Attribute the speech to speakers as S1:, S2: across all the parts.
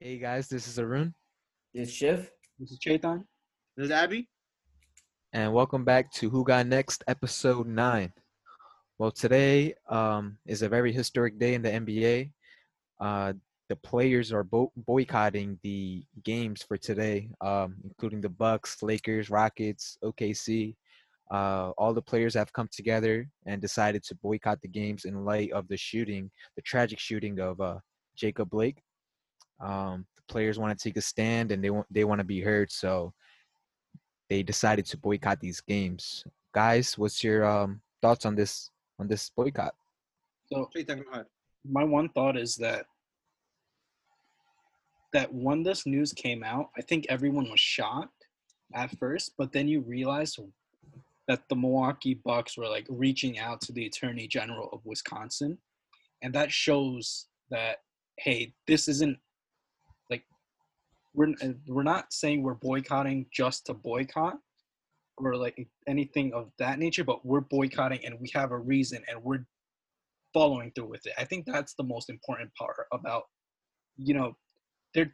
S1: you guys. This is Arun.
S2: This Shiv.
S3: This is Chaitan.
S4: This is Abby.
S1: And welcome back to Who Got Next, episode nine. Well, today um, is a very historic day in the NBA. Uh, the players are bo- boycotting the games for today, um, including the Bucks, Lakers, Rockets, OKC. Uh, all the players have come together and decided to boycott the games in light of the shooting, the tragic shooting of uh, Jacob Blake. Um, the players want to take a stand and they want they want to be heard, so they decided to boycott these games. Guys, what's your um, thoughts on this on this boycott?
S3: So
S4: Chaitan, go ahead.
S3: my one thought is that that when this news came out, I think everyone was shocked at first, but then you realize that the Milwaukee Bucks were like reaching out to the Attorney General of Wisconsin, and that shows that hey, this isn't like we're we're not saying we're boycotting just to boycott or like anything of that nature, but we're boycotting and we have a reason and we're following through with it. I think that's the most important part about you know they're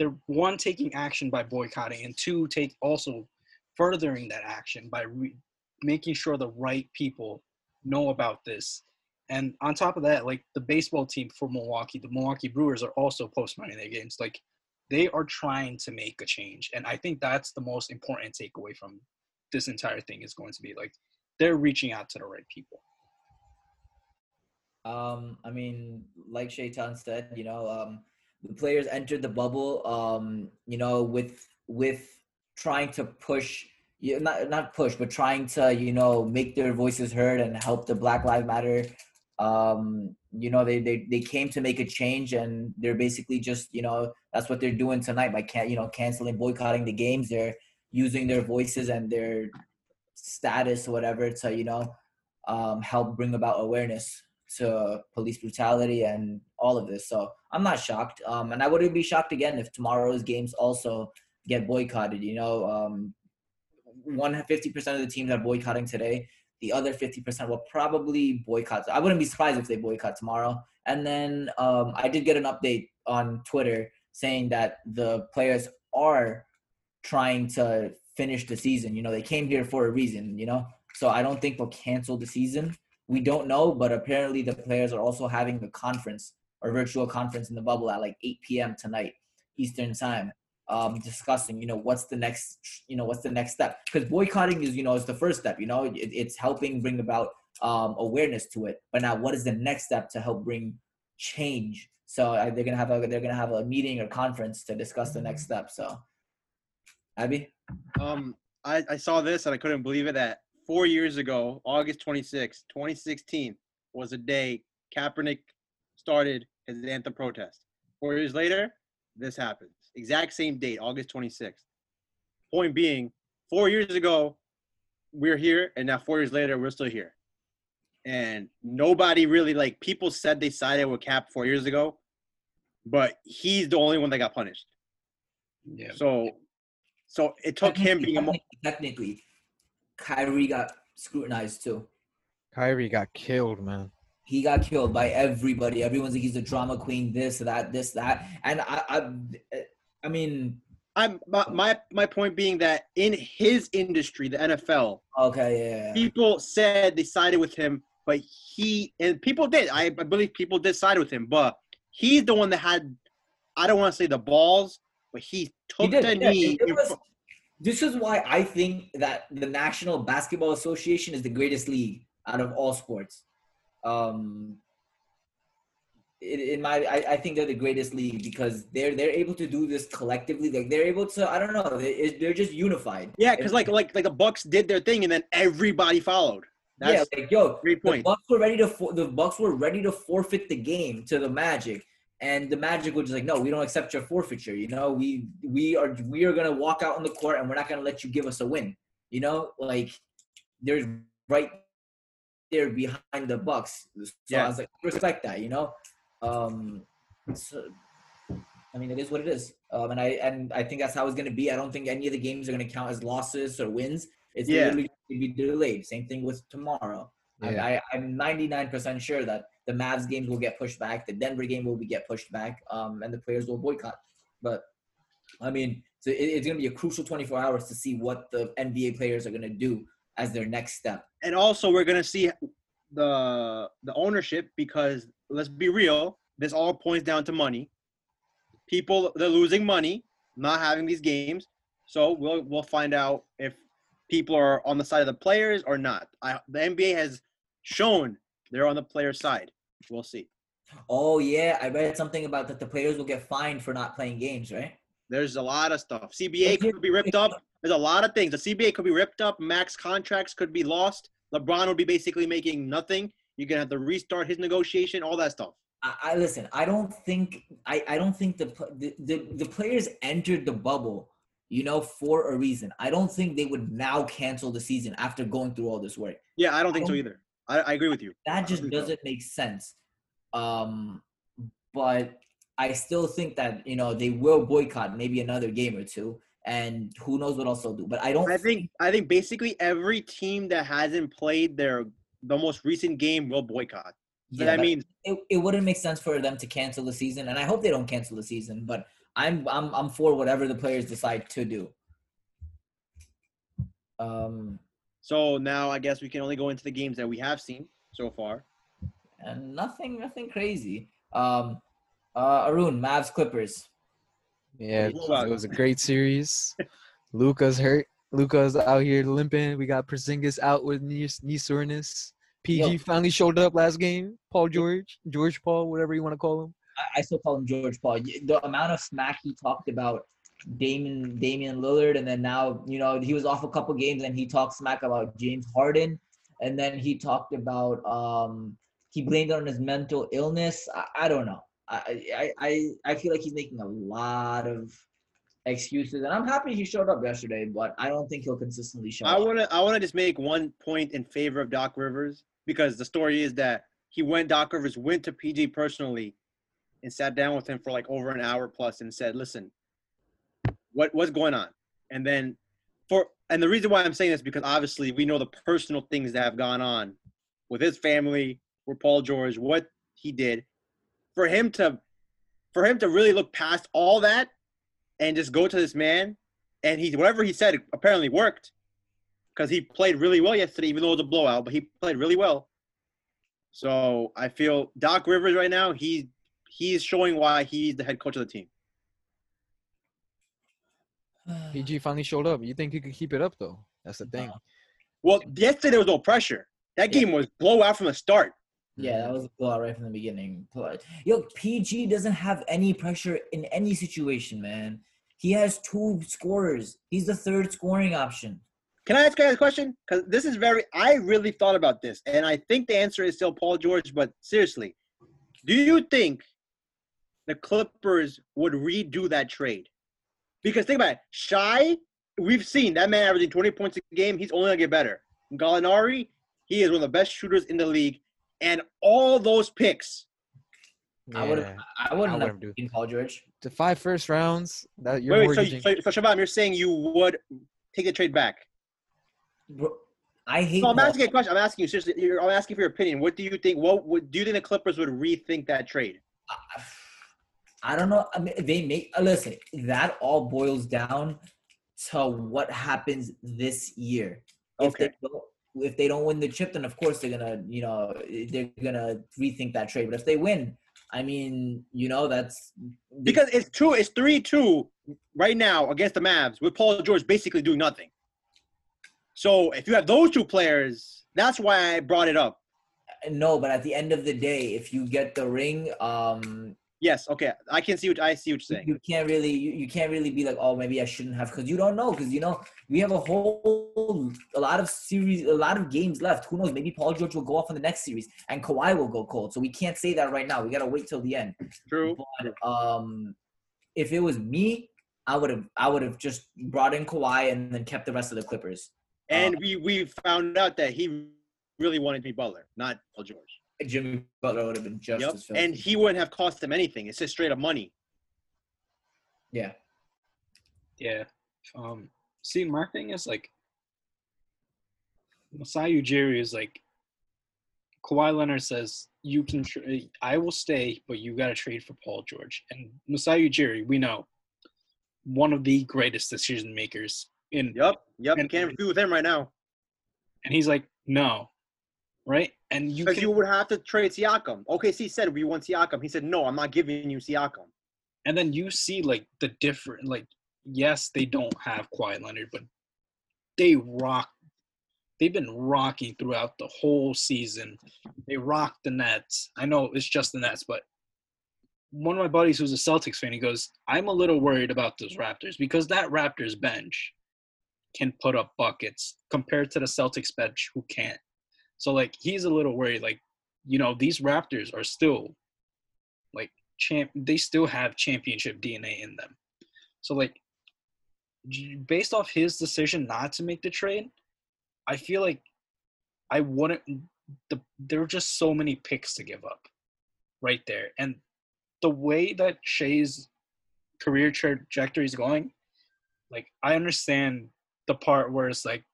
S3: they're one taking action by boycotting and two take also furthering that action by re- making sure the right people know about this and on top of that like the baseball team for milwaukee the milwaukee brewers are also postponing their games like they are trying to make a change and i think that's the most important takeaway from this entire thing is going to be like they're reaching out to the right people
S2: Um, I mean, like Shaitan said, you know, um, the players entered the bubble, um, you know, with with trying to push, you not not push, but trying to, you know, make their voices heard and help the Black Lives Matter. Um, you know, they, they they came to make a change, and they're basically just, you know, that's what they're doing tonight by can you know canceling, boycotting the games. They're using their voices and their status, or whatever, to you know, um, help bring about awareness to police brutality and all of this. So I'm not shocked, um, and I wouldn't be shocked again if tomorrow's games also get boycotted. You know, um, one fifty percent of the teams are boycotting today. The other fifty percent will probably boycott. I wouldn't be surprised if they boycott tomorrow. And then um, I did get an update on Twitter saying that the players are trying to finish the season. You know, they came here for a reason. You know, so I don't think they'll cancel the season. We don't know, but apparently the players are also having a conference or virtual conference in the bubble at like 8 p.m. tonight, Eastern time, um, discussing, you know, what's the next, you know, what's the next step? Because boycotting is, you know, it's the first step, you know, it, it's helping bring about um, awareness to it. But now, what is the next step to help bring change? So uh, they're gonna have a they're gonna have a meeting or conference to discuss the next step. So, Abby,
S4: Um, I, I saw this and I couldn't believe it. That four years ago, August 26, 2016, was a day Kaepernick started his anthem protest. Four years later, this happens. Exact same date, August 26th. Point being, four years ago, we're here, and now four years later, we're still here. And nobody really like people said they sided with Cap four years ago, but he's the only one that got punished.
S3: yeah
S4: So, so it took him being a mo-
S2: technically, technically, Kyrie got scrutinized too.
S1: Kyrie got killed, man.
S2: he got killed by everybody. Everyone's like he's a drama queen, this, that, this, that. And I I, I mean,
S4: I'm my, my my point being that in his industry, the NFL,
S2: okay, yeah.
S4: people said they sided with him, but he and people did. I, I believe people did side with him, but he's the one that had. I don't want to say the balls, but he
S2: He
S4: took
S2: did,
S4: the
S2: yeah,
S4: knee.
S2: it- it
S4: in
S2: was-
S4: fr-
S2: this is why I think that the National Basketball Association is the greatest league out of all sports. Um, in, in my, I, I think they're the greatest league because they're they're able to do this collectively. Like they're able to, I don't know, they, they're just unified.
S4: yeah, because like like like the Bucks did their thing, and then everybody followed. That's
S2: yeah, like yo,
S4: great
S2: The
S4: point.
S2: Bucks were ready to for- the Bucks were ready to forfeit the game to the Magic, and the Magic were just like, "No, we don't accept your forfeiture. You know, we we are we are gonna walk out on the court, and we're not gonna let you give us a win. You know, like there's right there behind the Bucks. So I
S4: Yeah.
S2: was like, I respect that. You know, um, so, I mean, it is what it is, um, and I and I think that's how it's gonna be. I don't think any of the games are gonna count as losses or wins. It's
S4: Yeah.
S2: literally gonna be delayed. Same thing with tomorrow.
S1: Yeah.
S2: I, I, I'm 99% sure that the Mavs games will get pushed back, the Denver game will be get pushed back, um, and the players will boycott. But I mean, so it, it's going to be a crucial 24 hours to see what the NBA players are going to do as their next step.
S4: and also we're gonna see the the ownership because let's be real, this all points down to money. People they're losing money not having these games, so we'll we'll find out if people are on the side of the players or not. I, the NBA has shown they're on the player's side. We'll see.
S2: Oh yeah, I read something about that the players will get fined for not playing games, right?
S4: There's a lot of stuff. CBA could be ripped up. There's a lot of things. The CBA could be ripped up. Max contracts could be lost. LeBron would be basically making nothing. You're gonna have to restart his negotiation. All that stuff.
S2: I, I listen. I don't think I, I don't think the, pl- the the the players entered the bubble, you know, for a reason. I don't think they would now cancel the season after going through all this work.
S4: Yeah, I don't think
S2: I
S4: so either. I, I agree with you.
S2: That just
S4: agree with
S2: doesn't make sense. Um, but I still think that you know they will boycott maybe another game or two, and who knows what else they'll do. But I don't.
S4: I think I think basically every team that hasn't played their the most recent game will boycott. So
S2: yeah,
S4: that
S2: that-
S4: means
S2: it, it wouldn't make sense for them to cancel the season, and I hope they don't cancel the season. But I'm I'm I'm for whatever the players decide to do. Um,
S4: so now I guess we can only go into the games that we have seen so far.
S2: and nothing nothing crazy. Um, uh, Arun, Mavs Clippers.
S1: Yeah,
S4: It was-
S1: it was a great series. Luca's hurt. Luca's out here limping. We got Porzingis out with knee, knee soreness. PG
S2: Yo.
S1: finally showed up last game. Paul George, George Paul, whatever you want to call him.
S2: I, I still call him George Paul. Y- The amount of smack he talked about Damon Damian Lillard, and then now you know he was off a couple games, and he talked smack about James Harden, and then he talked about um he blamed it on his mental illness. I, I don't know. I, I I I feel like he's making a lot of excuses, and I'm happy he showed up yesterday, but I don't think he'll consistently show
S4: I
S2: up.
S4: wanna I wanna just make one point in favor of Doc Rivers because the story is that he went Doc Rivers went to PG personally and sat down with him for like over an hour plus and said, Listen, what what's going on? And then for and the reason why I'm saying this because obviously we know the personal things that have gone on with his family, with Paul George, what he did. For him to for him to really look past all that and just go to this man and he whatever he said apparently worked because he played really well yesterday, even though it was a blowout, but he played really well. So I feel Doc Rivers right now, he's he's showing why he's the head coach of the team.
S1: PG finally showed up. You think he could keep it up though? That's the thing.
S4: Well, yesterday there was no pressure. That
S2: Yeah.
S4: game was blowout from the start.
S2: Yeah, that was a blowout right from the beginning. But yo, PG doesn't have any pressure in any situation, man. He has two scorers. He's the third scoring option.
S4: Can I ask you guys a question? Because this is very I really thought about this, and I think the answer is still Paul George, but seriously, do you think the Clippers would redo that trade? Because think about it, Shy, we've seen that man averaging 20 points a game, he's only gonna get better. Gallinari, he is one of the best shooters in the league, and all those picks.
S2: I would've-
S1: Yeah.
S2: I wouldn't have
S1: wouldn't do-
S2: taken Paul George.
S1: The five first rounds. That you're
S4: Wait, wait, so,
S1: mortgaging.
S4: so, so Shabam, you're saying you would take the trade back?
S2: Bro, I hate.
S4: No, I'm
S2: Paul.
S4: asking a question. I'm asking you seriously. You're, I'm asking for your opinion. What do you think? What would do you think the Clippers would rethink that trade?
S2: I don't know. I mean, they make uh, listen. That all boils down to what happens this year. If
S4: Okay.
S2: They don't, if they don't win the chip, then of course they're gonna, you know, they're gonna rethink that trade. But if they win, I mean, you know, that's
S4: Because it's two, it's three two right now against the Mavs with Paul George basically doing nothing. So if you have those two players, that's why I brought it up.
S2: No, but at the end of the day, if you get the ring, um,
S4: Yes, okay, I can see what I see what you're saying.
S2: you can't really you, you can't really be like, oh, maybe I shouldn't have, because you don't know, because you know we have a whole a lot of series, a lot of games left. Who knows? Maybe Paul George will go off in the next series, and Kawhi will go cold. So we can't say that right now. We gotta wait till the end.
S4: True.
S2: But um, if it was me, I would have I would have just brought in Kawhi and then kept the rest of the Clippers.
S4: And we we found out that he really wanted to be Butler, not Paul George.
S2: Jimmy Butler would have been just
S4: Yep.
S2: as filthy.
S4: And he wouldn't have cost them anything. It's just straight up money.
S2: yeah,
S3: Yeah. Um, see, my thing is like Masai Ujiri is like Kawhi Leonard says, "You can. Tra- I will stay, but you got to trade for Paul George." And Masai Ujiri, we know one of the greatest decision makers in
S4: Yep, yep. You
S3: And-
S4: can't do with him right now
S3: and he's like no right and you
S4: because
S3: can
S4: you would have to trade Siakam. OKC said we want Siakam. He said no, I'm not giving you Siakam.
S3: and then you see like the different like yes they don't have Kawhi Leonard but they rock they've been rocking throughout the whole season they rock the Nets I know it's just the Nets but one of my buddies who's a Celtics fan he goes I'm a little worried about those Raptors because that Raptors bench can put up buckets compared to the Celtics bench who can't so like he's a little worried like you know these Raptors are still champ they still have championship DNA in them. So like j- based off his decision not to make the trade, I feel like I wouldn't the, there are just so many picks to give up right there. And the way that Shay's career trajectory is going, like I understand the part where it's like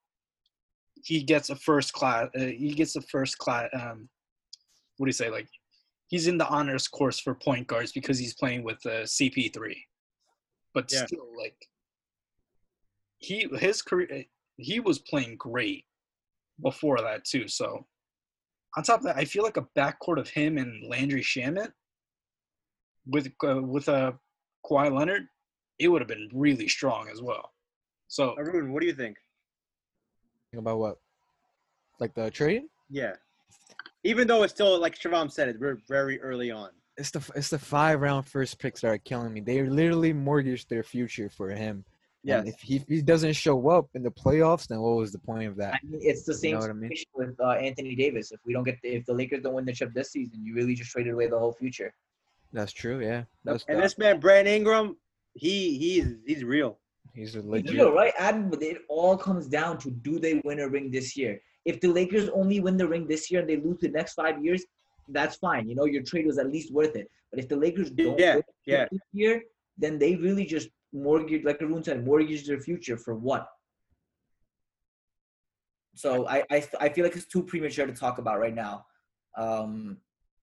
S3: he gets a first class uh, he gets a first class um what do you say like he's in the honors course for point guards because he's playing with uh, CP3. But
S4: Yeah.
S3: still, like he his career, eh, he was playing great before that too. So on top of that, I feel like a backcourt of him and Landry Shamit with uh, with uh, Kawhi Leonard, it would have been really strong as well. So
S4: Arun, what do you think?
S1: Think about what? Like the trade?
S4: Yeah. Even though it's still like Shavam said, it's very- very early on.
S1: It's the it's the five round first picks that are killing me. They literally mortgaged their future for him.
S4: Yeah.
S1: And if he, if he doesn't show up in the playoffs, then what was the point of
S2: I
S1: that?
S2: mean, it's the same
S1: know what I mean?
S2: situation with uh, Anthony Davis. If we don't get, if the Lakers don't win the chip this season, you really just traded away the whole future.
S1: That's true. Yeah. That's
S4: And this man, Brand Ingram, he he's he's real.
S1: he's a
S2: You
S1: legit.
S2: do, right? And it all comes down to do they win a ring this year? If the Lakers only win the ring this year and they lose the next five years, that's fine. You know, your trade was at least worth it. But if the Lakers don't
S4: Yeah,
S2: win the
S4: yeah.
S2: chip this year, then they really just mortgage, like Arun said, mortgage their future for what? So I, I, I feel like it's too premature to talk about right now. Um,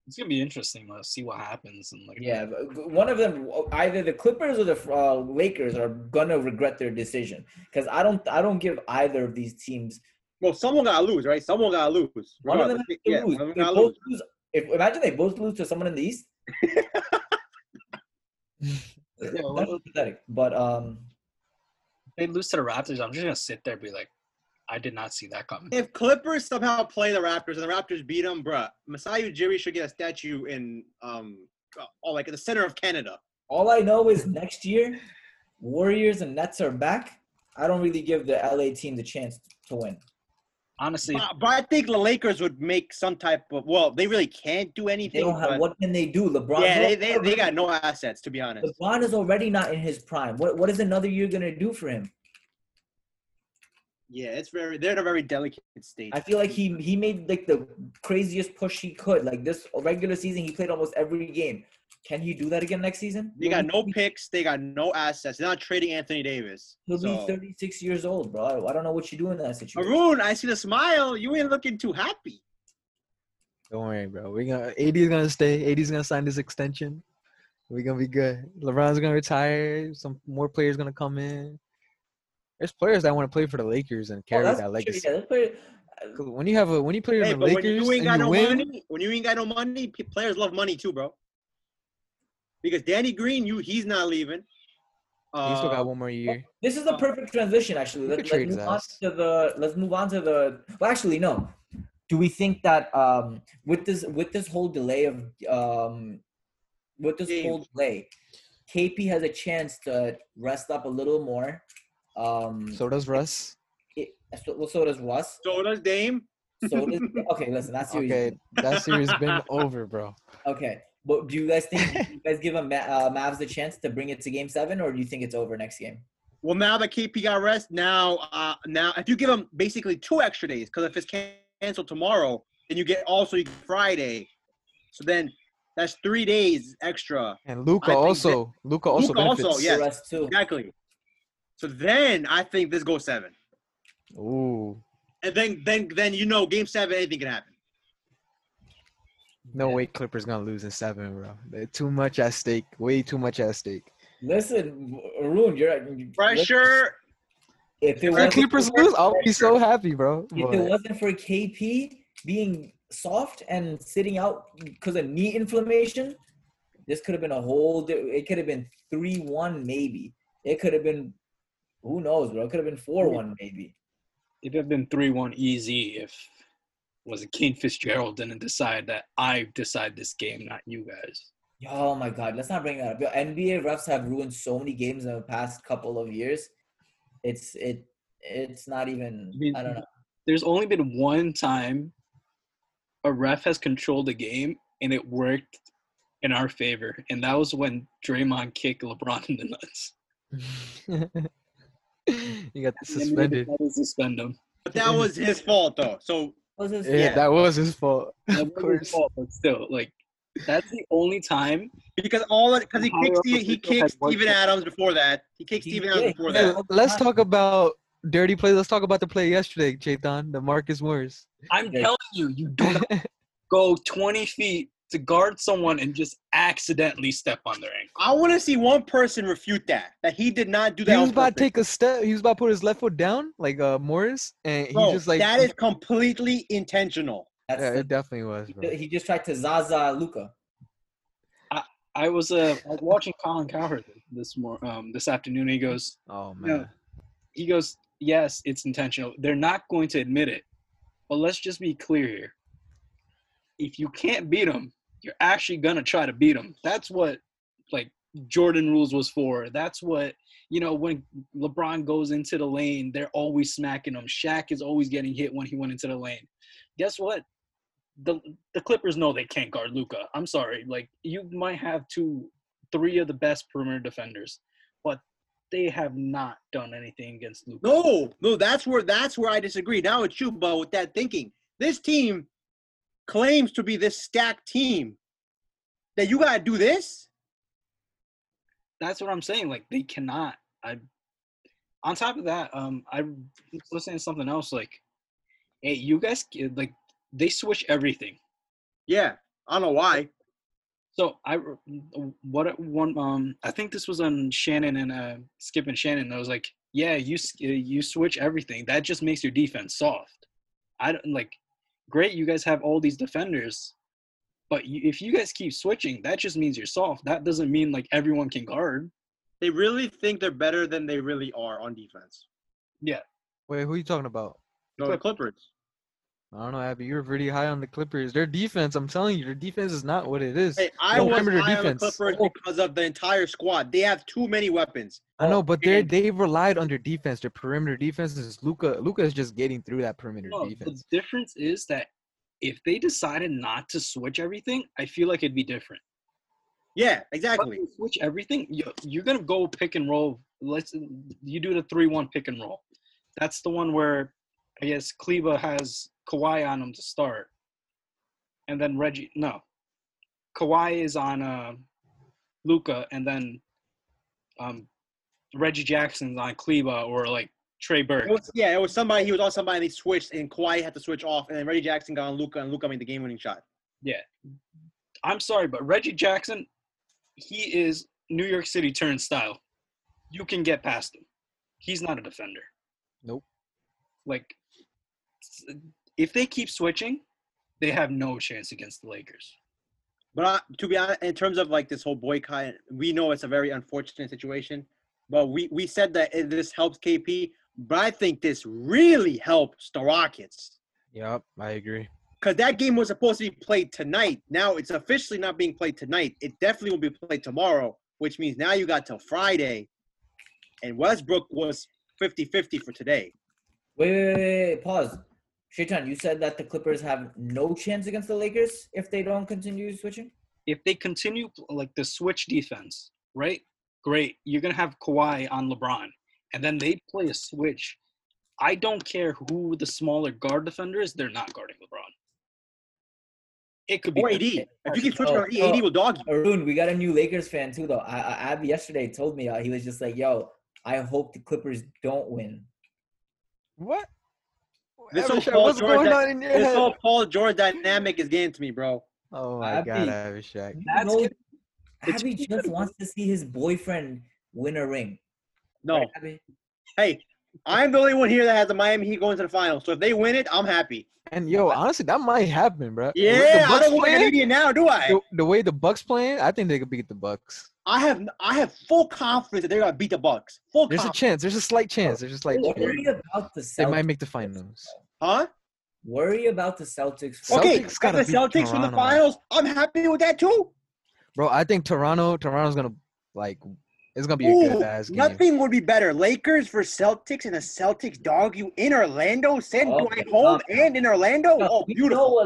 S3: it's gonna be interesting. Let's see what happens and like
S2: yeah, but one of them, either the Clippers or the uh, Lakers, are gonna regret their decision because I don't, I don't give either of these teams.
S4: Well, someone gotta lose, right? Someone gotta lose.
S2: One of them
S4: regardless.
S2: has to
S4: Yeah,
S2: lose.
S4: one of
S2: If
S4: them gotta
S2: both
S4: lose.
S2: lose, if imagine they both lose to someone in the East. That's
S3: well-
S2: pathetic. But um,
S3: they lose to the Raptors, I'm just gonna sit there and be like, I did not see that coming.
S4: If Clippers somehow play the Raptors and the Raptors beat them, bruh, Masai Ujiri should get a statue in um, oh, like in the center of Canada.
S2: all I know is next year, Warriors and Nets are back. I don't really give the LA team the chance to win.
S3: Honestly,
S4: But, but I think the Lakers would make some type of. Well, they really can't do
S2: They
S4: anything.
S2: don't have.
S4: but-
S2: What can they do? LeBron.
S4: yeah, they, they, they got no assets to be honest.
S2: LeBron is already not in his prime. What what is another year gonna do for him?
S4: Yeah, it's very. They're in a very delicate state.
S2: I feel like he he made like the craziest push he could. Like this regular season, he played almost every game. Can he do that again next season?
S4: They got
S2: He'll
S4: no
S2: be-
S4: picks. They got no assets. They're not trading Anthony Davis.
S2: He'll be
S4: So.
S2: 36 years old, bro. I don't know what you do in that situation.
S4: Arun, I see the smile. You ain't looking too happy.
S1: Don't worry, bro. We gonna AD is gonna stay. AD is gonna sign this extension. We're gonna be good. LeBron's gonna retire. Some more players gonna come in. There's players that want to play for the Lakers and
S2: Oh,
S1: carry
S2: that's
S1: that
S2: for sure,
S1: legacy.
S2: yeah, that's pretty-
S1: When you have a when you play
S4: Hey,
S1: in the
S4: but when
S1: Lakers
S4: you ain't got
S1: and you
S4: no
S1: win,
S4: money, when you ain't got no money, p- players love money too, bro. Because Danny Green, you he's not leaving.
S1: you still
S4: Uh,
S1: got one more year.
S2: This is a perfect transition, actually.
S1: We
S2: Let,
S1: could
S2: let's
S1: trade
S2: move
S1: his
S2: on
S1: ass.
S2: to the. Let's move on to the. Well, actually, no. Do we think that um, with this with this whole delay of um, with this
S4: Games.
S2: whole delay, KP has a chance to rest up a little more. Um,
S1: So does Russ.
S2: it, so, well, so does Russ.
S4: so does Dame.
S2: So does, okay, listen, that's serious.
S1: Okay, that series been over, bro.
S2: Okay. But do you guys think you guys give a Ma- uh, Mavs a chance to bring it to Game Seven, or do you think it's over next game?
S4: Well, now that KP got rest, now uh, now if you give him basically two extra days, because if it's can- canceled tomorrow, then you get also you get Friday. So then that's three days extra.
S1: And
S4: I
S1: Luca
S4: think that-
S1: also, Luca also
S4: Luka also,
S1: benefits.
S4: Yes.
S2: The rest too.
S4: Exactly. So then I think this goes seven,
S1: Ooh,
S4: and then then then you know game seven anything can happen.
S1: no way Clippers gonna lose in seven, bro. They're too much at stake. Way too much at stake.
S2: Listen, Arun, you're
S4: Pressure.
S2: If it
S1: If the
S2: wasn't
S1: Clippers
S2: for-
S1: lose, I'll be so happy, bro.
S2: If it
S1: But-
S2: wasn't for KP being soft and sitting out because of knee inflammation, this could have been a whole. di- It could have been three one maybe. It could have been, who knows, bro? It could have been four one maybe.
S3: It'd have been three one easy if was it King Fitzgerald didn't decide that I decide this game, not you guys.
S2: Oh my God, let's not bring that up. Yo, NBA refs have ruined so many games in the past couple of years. It's it it's not even.
S3: I mean,
S2: I don't know.
S3: There's only been one time a ref has controlled a game and it worked in our favor, and that was when Draymond kicked LeBron in the nuts.
S1: you got
S3: And they
S1: suspended.
S3: decided to Suspend him.
S4: But that was his fault, though. So
S2: What was
S1: Yeah,
S2: this?
S4: Yeah.
S1: that was his fault.
S3: That
S1: Of
S3: wasn't
S1: course.
S3: his fault, but still, like that's the only time
S4: because all because he
S3: Ohio
S4: kicked Steve,
S3: official
S4: he
S3: had
S4: kicked
S3: one
S4: Steven
S3: foot.
S4: Adams before that. He kicked
S2: He
S4: Steven
S2: did.
S4: Adams before
S2: Yeah.
S4: that.
S1: Hey, let's talk about dirty play. Let's talk about the play yesterday, Jayton, the Marcus Morris.
S3: I'm
S2: Yeah.
S3: telling you, you do not go 20 feet to guard someone and just accidentally step on their ankle.
S4: I want to see one person refute that that he did not do that.
S1: he was
S4: on
S1: about to
S4: purpose.
S1: take a step. He was about to put his left foot down, like uh, Morris, and he
S4: Bro,
S1: just like
S4: that is completely intentional.
S2: That's
S1: Yeah, it
S2: the-
S1: definitely was, bro.
S2: he just tried to Zaza Luca.
S3: I was uh, I was watching Colin Cowherd this mor- um this afternoon. He goes,
S1: Oh
S3: No.
S1: man,
S3: he goes, yes, it's intentional. They're not going to admit it, but let's just be clear here. If you can't beat them, you're actually gonna try to beat them. That's what like Jordan rules was for. That's what you know when LeBron goes into the lane, they're always smacking him. Shaq is always getting hit when he went into the lane. Guess what? The the Clippers know they can't guard Luca. I'm sorry. Like you might have two, three of the best perimeter defenders, but they have not done anything against Luca.
S4: No, no, that's where that's where I disagree. Now it's you, Bo, with that thinking. This team claims to be this stacked team. That you gotta do this?
S3: that's what I'm saying. Like they cannot. I. On top of that, um, I was listening to something else. Like, hey, you guys like they switch everything.
S4: Yeah. I don't know why.
S3: So I what one um I think this was on Shannon and uh, Skip and Shannon. I was like, yeah, you s- uh, you switch everything. That just makes your defense soft. I don't like. Great, you guys have all these defenders, but you, if you guys keep switching, that just means you're soft. That doesn't mean like everyone can guard.
S4: They really think they're better than they really are on defense.
S1: wait, who are you talking about?
S4: No, the Clippers.
S1: I don't know, Abby. You're pretty high on the Clippers. Their defense, I'm telling you, their defense is not what it is.
S4: Hey, I
S1: No,
S4: was
S1: perimeter
S4: high on the
S1: defense.
S4: Clippers because of the entire squad. They have too many weapons.
S1: I know, but they
S4: and-
S1: they relied on their defense. Their perimeter defense is Luca. Luca is just getting through that perimeter
S3: No,
S1: defense.
S3: the difference is that if they decided not to switch everything, I feel like it'd be different.
S4: Yeah,
S3: Once
S4: exactly.
S3: you switch everything, you, you're gonna go pick and roll. Let's you do the three-one pick and roll. That's the one where I guess Kleba has Kawhi on him to start, and then Reggie. No, Kawhi is on uh, Luca, and then um, Reggie Jackson's on Kleba or like Trey Burke.
S4: It was, yeah, it was somebody. He was on somebody. They switched, and Kawhi had to switch off, and then Reggie Jackson got on Luca, and Luca made the game-winning shot.
S3: I'm sorry, but Reggie Jackson, he is New York City turnstile. You can get past him. He's not a defender.
S1: Nope.
S3: Like, s- if they keep switching, they have no chance against the Lakers.
S4: But I, to be honest, in terms of like this whole boycott, we know it's a very unfortunate situation. But we we said that it- this helps KP, but I think this really helps the Rockets
S1: Yep, I agree.
S4: because that game was supposed to be played tonight. Now it's officially not being played tonight. It definitely will be played tomorrow, which means now you got till Friday, and Westbrook was 50-50 for today.
S2: Wait, wait, wait, wait, pause. Shaitan, you said that the Clippers have no chance against the Lakers if they don't continue switching.
S3: If they continue like the switch defense, right? Great. You're gonna have Kawhi on LeBron, and then they play a switch. I don't care who the smaller guard defender is; they're not guarding LeBron. It could be
S4: Or AD. E If you can switch on E AD, AD will dog you.
S2: Arun, we got a new Lakers fan too, though. I, I, Ab yesterday told me uh, he was just like, "Yo, I hope the Clippers don't win."
S1: What?
S4: This
S1: Abishai,
S4: whole Paul
S1: what's
S4: George
S1: going
S4: that-
S1: on in your
S4: This
S1: head?
S4: whole Paul George dynamic is getting to me, bro.
S1: oh my God,
S2: Abby.
S1: Abishai.
S3: That's
S2: No,
S3: gonna- it's
S2: Abby
S3: gonna
S2: just
S3: be-
S2: wants to see his boyfriend win a ring.
S4: No.
S2: Right, Abby?
S4: Hey, I'm the only one here that has the Miami Heat going to the finals. So if they win it, I'm happy.
S1: And yo, honestly, that might happen, bro. With the
S4: Yeah, I
S1: Bucks
S4: don't want an
S1: playing,
S4: idiot now, do I?
S1: the, the way the Bucks playing, I think they could beat the Bucks.
S4: I have I have full confidence that they're gonna beat the Bucks. Full
S1: There's a
S4: confidence.
S1: chance. There's a slight chance. There's a slight chance.
S2: Worry about the
S1: They
S2: Celtics.
S1: might make the finals.
S4: Huh?
S2: Worry about the Celtics. first.
S1: Celtics
S4: Okay, if
S1: gotta
S4: the
S1: beat
S4: Celtics win the
S1: Toronto.
S4: finals, I'm happy with that too.
S1: Bro, I think Toronto, Toronto's gonna like it's gonna be a
S4: Ooh,
S1: good ass game.
S4: nothing would be better. Lakers for Celtics and a Celtics dog you in Orlando. Send
S2: Oh,
S4: Dwight
S2: my
S4: Howard
S2: God.
S4: and in Orlando.
S2: Yo,
S4: Oh,
S2: we
S4: beautiful.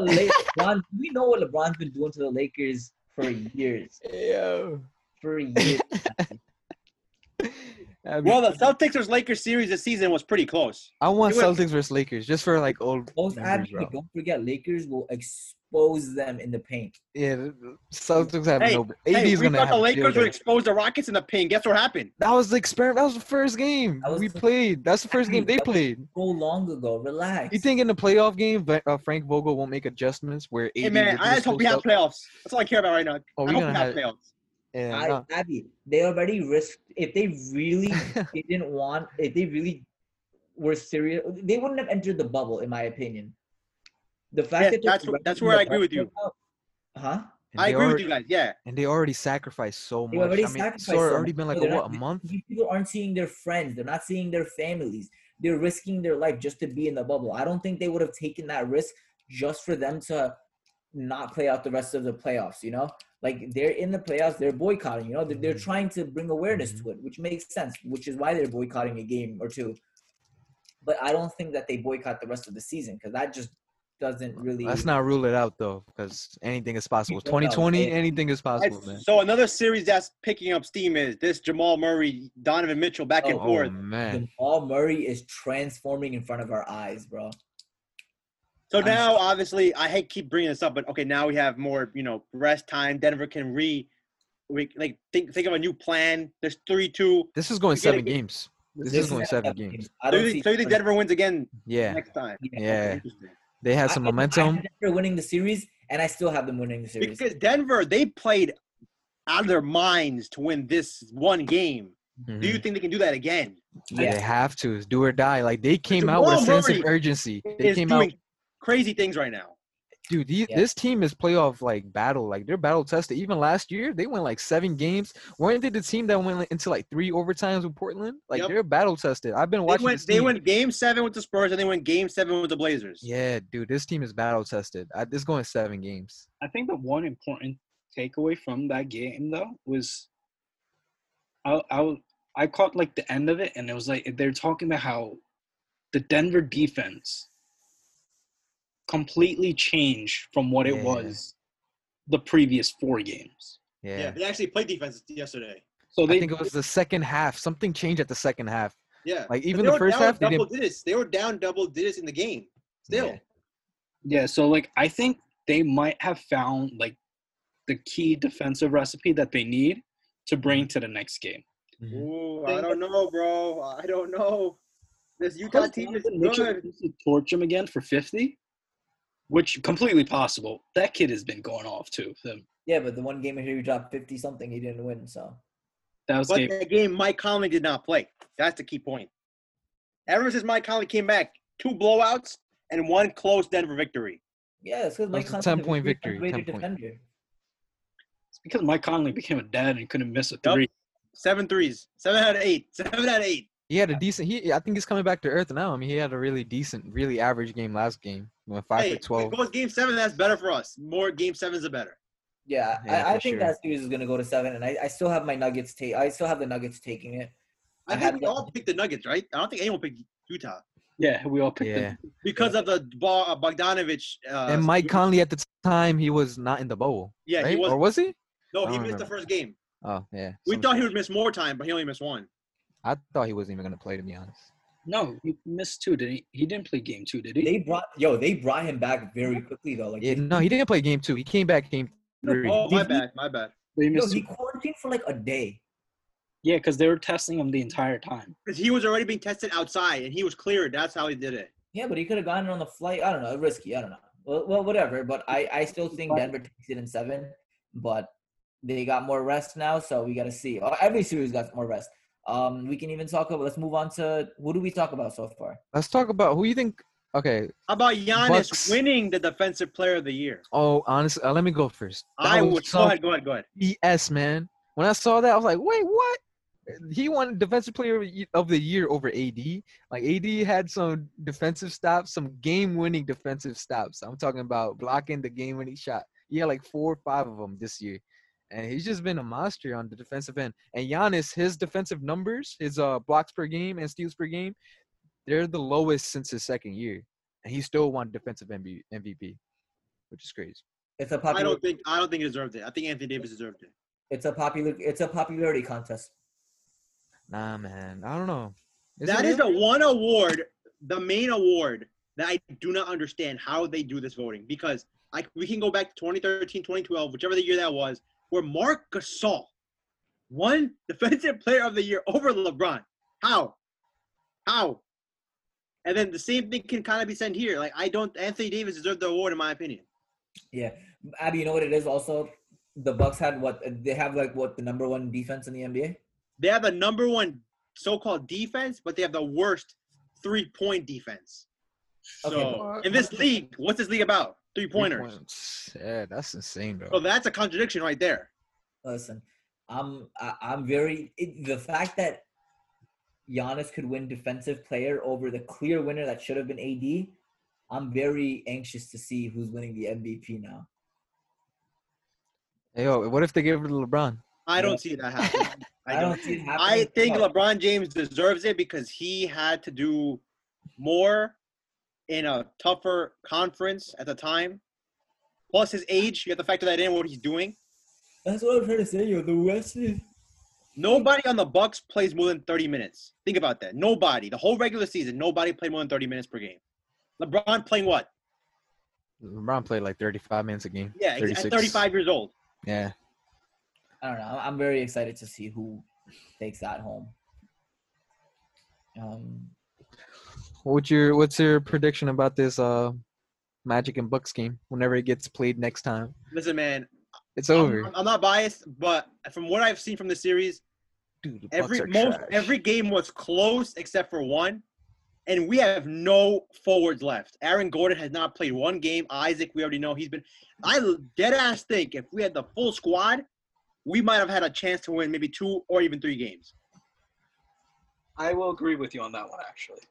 S2: Know what LeBron, we know what LeBron's been doing to the Lakers for years.
S1: Yo.
S2: For years.
S1: I, mean,
S4: Well, the Celtics versus Lakers series this season was pretty close.
S1: I want
S4: you-
S1: Celtics versus Lakers just for like old
S2: Most
S1: memories,
S2: admirably,
S1: bro.
S2: don't forget, Lakers will expose them in the paint.
S1: Yeah, the- Celtics have
S4: Hey,
S1: no AD
S4: Hey,
S1: is
S4: we
S1: gonna
S4: thought
S1: have
S4: the
S1: a
S4: Lakers
S1: field
S4: would
S1: day.
S4: expose the Rockets in the pin. Guess what happened?
S1: That was the experiment. That was the first game
S2: That was
S1: we
S2: the-
S1: played. That's the first game
S2: Exactly,
S1: they
S2: that was-
S1: played.
S2: So long ago, relax.
S1: You think in the playoff game, Va- uh, Frank Vogel won't make adjustments where AD?
S4: Hey
S1: will
S4: man,
S1: do his
S4: I just hope
S1: cool
S4: we have
S1: stuff?
S4: playoffs. That's all I care about right now.
S1: Oh,
S4: I
S1: we're
S4: hope we
S1: gonna
S4: have
S1: have.
S4: playoffs.
S1: Yeah,
S2: I,
S1: nah.
S2: Abby, they already risked if they really didn't want if they really were serious they wouldn't have entered the bubble in my opinion. The fact that
S4: Yeah,
S2: they're
S4: that's wh-
S2: already
S4: that's
S2: in
S4: where
S2: the
S4: I agree with
S2: bubble right now- Huh?
S1: And
S4: I
S1: they
S4: agree with
S1: already-
S4: you guys. Yeah.
S1: And they already sacrificed so much.
S2: They already
S1: I mean,
S2: sacrificed
S1: it's already,
S2: so
S1: already
S2: much.
S1: been like
S2: So
S1: a,
S2: they're
S1: what
S2: not-
S1: a month.
S2: These people aren't seeing their friends. They're not seeing their families. They're risking their life just to be in the bubble. I don't think they would have taken that risk just for them to not play out the rest of the playoffs. You know, like they're in the playoffs. They're boycotting. You know, they're, they're
S1: Mhm.
S2: trying to bring awareness
S1: Mhm.
S2: to it, which makes sense. Which is why they're boycotting a game or two. But I don't think that they boycott the rest of the season because that just doesn't really.
S1: Let's not rule it out though, because anything is possible.
S2: don't know,
S1: 2020,
S2: man.
S1: anything is possible, man.
S4: So another series that's picking up steam is this Jamal Murray, Donovan Mitchell back and
S2: Oh,
S1: Oh
S4: forth.
S1: man,
S2: Jamal Murray is transforming in front of our eyes, bro.
S4: So
S2: I'm-
S4: now, obviously, I hate keep bringing this up, but okay, now we have more, you know, rest time. Denver can re, we like think think of a new plan. There's three two.
S1: this is going
S4: You gotta
S1: seven
S4: get-
S1: games. This
S2: This
S1: is going
S2: at
S1: seven
S2: seven
S1: games.
S2: I
S4: So
S2: don't
S4: you,
S2: see.
S4: think, so you think Denver wins again
S1: Yeah,
S4: next time?
S1: yeah.
S4: Interesting.
S1: They had
S2: I-
S1: some
S2: I- I
S1: momentum.
S2: had Denver winning the series, and I still have them winning the series.
S4: Because Denver, they played out of their minds to win this one game. Do
S1: Mhm.
S4: you think they can do that again?
S1: Yeah, they have to It's do or die. Like they came out with a
S4: Jamal
S1: sense of
S4: Murray
S1: urgency. They
S4: It's
S1: came out,
S4: doing crazy things right now.
S1: dude. These,
S2: Yeah.
S1: This team is playoff like battle. Like they're battle tested. Even last year, they went like seven games. Weren't they the team that went like, into like three overtimes with Portland? Like
S4: Yep.
S1: they're battle tested. I've been
S4: They
S1: watching.
S4: went,
S1: this
S4: they
S1: team.
S4: went game seven with the Spurs and they went game seven with the Blazers.
S1: Yeah, dude, this team is battle tested. I, this going seven games.
S3: I think the one important takeaway from that game though was I I was- I caught like the end of it and it was like they're talking about how the Denver defense completely changed from what it
S1: Yeah.
S3: was the previous four games.
S1: Yeah.
S4: they actually played defense yesterday.
S3: So
S1: I
S3: they
S1: think it was the second half. Something changed at the second half.
S4: Yeah.
S1: Like
S4: But
S1: even
S4: they
S1: the
S4: were
S1: first
S4: down
S1: half, they
S4: double
S1: didn't.
S4: digits. They were down double digits in the game. Still,
S1: Yeah.
S3: Yeah, so like I think they might have found like the key defensive recipe that they need to bring
S1: Mm-hmm.
S3: to the next game.
S1: Mhm.
S4: Ooh, I don't know, bro. I don't know. This Utah
S3: Plus,
S4: team is
S3: Donovan Mitchell
S4: good.
S3: needs to torch him again for fifty, which completely possible. That kid has been going off too. So
S2: Yeah, but the one game in here, he dropped fifty something. He didn't win, so
S3: that was
S4: But
S3: game.
S4: that game, Mike Conley did not play. That's the key point. Ever since Mike Conley came back, two blowouts and one close Denver victory.
S2: yeah, it's because Mike
S1: was a
S2: Conley's
S1: 10-point
S2: really
S1: victory,
S2: underrated
S1: 10 point.
S2: defender.
S3: It's because Mike Conley became a dad and couldn't miss a
S4: Yup.
S3: three.
S4: Seven threes. Seven out of eight. Seven out of eight.
S1: He had a decent. He, I think he's coming back to earth now. I mean, he had a really decent, really average game last game. He went five
S4: Hey,
S1: for
S4: if it
S1: twelve.
S4: goes game seven, that's better for us. More game sevens are better.
S2: Yeah,
S1: Yeah,
S2: I, I
S1: for
S2: think
S1: sure.
S2: that series is gonna go to seven, and I, I still have my Nuggets take. I still have the Nuggets taking it.
S4: I
S2: I
S4: think
S2: had
S4: we
S2: that.
S4: all picked the Nuggets, right? I don't think anyone picked Utah
S3: Yeah, we all picked.
S1: Yeah,
S3: Yeah.
S4: because of the Bo- uh, Bogdanovich. Uh,
S1: and Mike Conley at the time he was not in the bowl.
S4: Yeah,
S1: right?
S4: he was.
S1: or was he?
S4: no,
S1: I
S4: he
S1: don't
S4: missed the
S1: remember.
S4: first game.
S1: Oh yeah.
S4: We
S1: some
S4: thought he
S1: shit.
S4: would miss more time, but he only missed one.
S1: I thought he wasn't even gonna play to be honest.
S3: No, he missed two. Did he? He didn't play game two, did he?
S2: They brought yo, they brought him back very quickly though. Like
S1: Yeah,
S2: they-
S1: no, he didn't play game two. He came back game three.
S4: Oh, my
S2: Did he-
S4: bad. My bad.
S3: They
S2: yo,
S3: missed
S2: he
S3: two.
S2: quarantined for like a day.
S3: Yeah, because they were testing him the entire time.
S4: Because he was already being tested outside and he was cleared. That's how he did it.
S2: Yeah, but he could have gotten it on the flight. I don't know. Risky. I don't know. Well, well whatever. But I, I still think Denver takes it in seven. But They got more rest now, so we got to see. Oh, Every series got more rest. Um, we can even talk about. Let's move on to what do we talk about so far?
S1: Let's talk about who you think. Okay.
S4: How about Giannis
S1: Bucks.
S4: winning the Defensive Player of the Year?
S1: Oh, honestly, uh, let me go first. That
S4: I
S1: was
S4: would. Go
S1: some
S4: ahead. Go ahead. Go ahead.
S1: BS, E man. When I saw that, I was like, wait, what? He won defensive player of the Ye- of the year over AD. Like AD had some defensive stops, some game-winning defensive stops. I'm talking about blocking the game-winning shot. He had like four or five of them this year, and he's just been a monster on the defensive end. And Giannis, his defensive numbers, his uh, blocks per game and steals per game, they're the lowest since his second year, and he still won defensive MB- MVP, which is crazy.
S2: It's a
S4: I
S2: popular.
S4: don't think. I don't think he deserved it. I think Anthony Davis deserved it.
S2: It's a popular. It's a popularity contest.
S1: Nah, man, I don't know. it
S4: that
S1: real?
S4: is the one award, the main award that I do not understand how they do this voting because I, we can go back to 2013, 2012, whichever the year that was, where Mark Gasol won Defensive Player of the Year over LeBron. How? How? And then the same thing can kind of be said here. Like I don't, Anthony Davis deserved the award in my opinion.
S2: Yeah, Abby, you know what it is. Also, the Bucks had what they have like what the number one defense in the NBA.
S4: They have the number one so-called defense, but they have the worst three-point defense. So
S2: Okay,
S4: in this league, what's this league about?
S1: Three
S4: Three-pointers.
S1: points. Yeah, that's insane, bro.
S4: So that's a contradiction right there.
S2: Listen, I'm I, I'm very it, the fact that Giannis could win defensive player over the clear winner that should have been AD. I'm very anxious to see who's winning the MVP now.
S1: Hey, yo, what if they give it to LeBron?
S4: I don't see that happening.
S2: I don't see it happening.
S4: I think
S2: but
S4: LeBron James deserves it because he had to do more in a tougher conference at the time. Plus his age, you have to factor that in what he's doing.
S2: that's what I'm trying to say. Yo, the West is
S4: Nobody on the Bucks plays more than 30 minutes. Think about that. Nobody. The whole regular season, nobody played more than 30 minutes per game. LeBron playing what?
S1: LeBron played like 35 minutes a game.
S4: Yeah, he's at
S1: 36.
S4: 35 years old.
S1: Yeah.
S2: I don't know. I'm- I'm very excited to see who takes that home. Um,
S1: What's your What's your prediction about this uh, Magic and Bucks game? Whenever it gets played next time,
S4: Listen, man,
S1: it's
S4: I'm-
S1: over.
S4: I'm, not biased, but from what I've seen from the series,
S1: Dude, the Bucks
S4: every
S1: are
S4: most
S1: trash.
S4: every game was close except for one, and we have no forwards left. Aaron Gordon has not played one game. Isaac, we already know he's been. I dead ass think if we had the full squad, we might have had a chance to win maybe two or even three games.
S3: I will agree with you on that one, actually.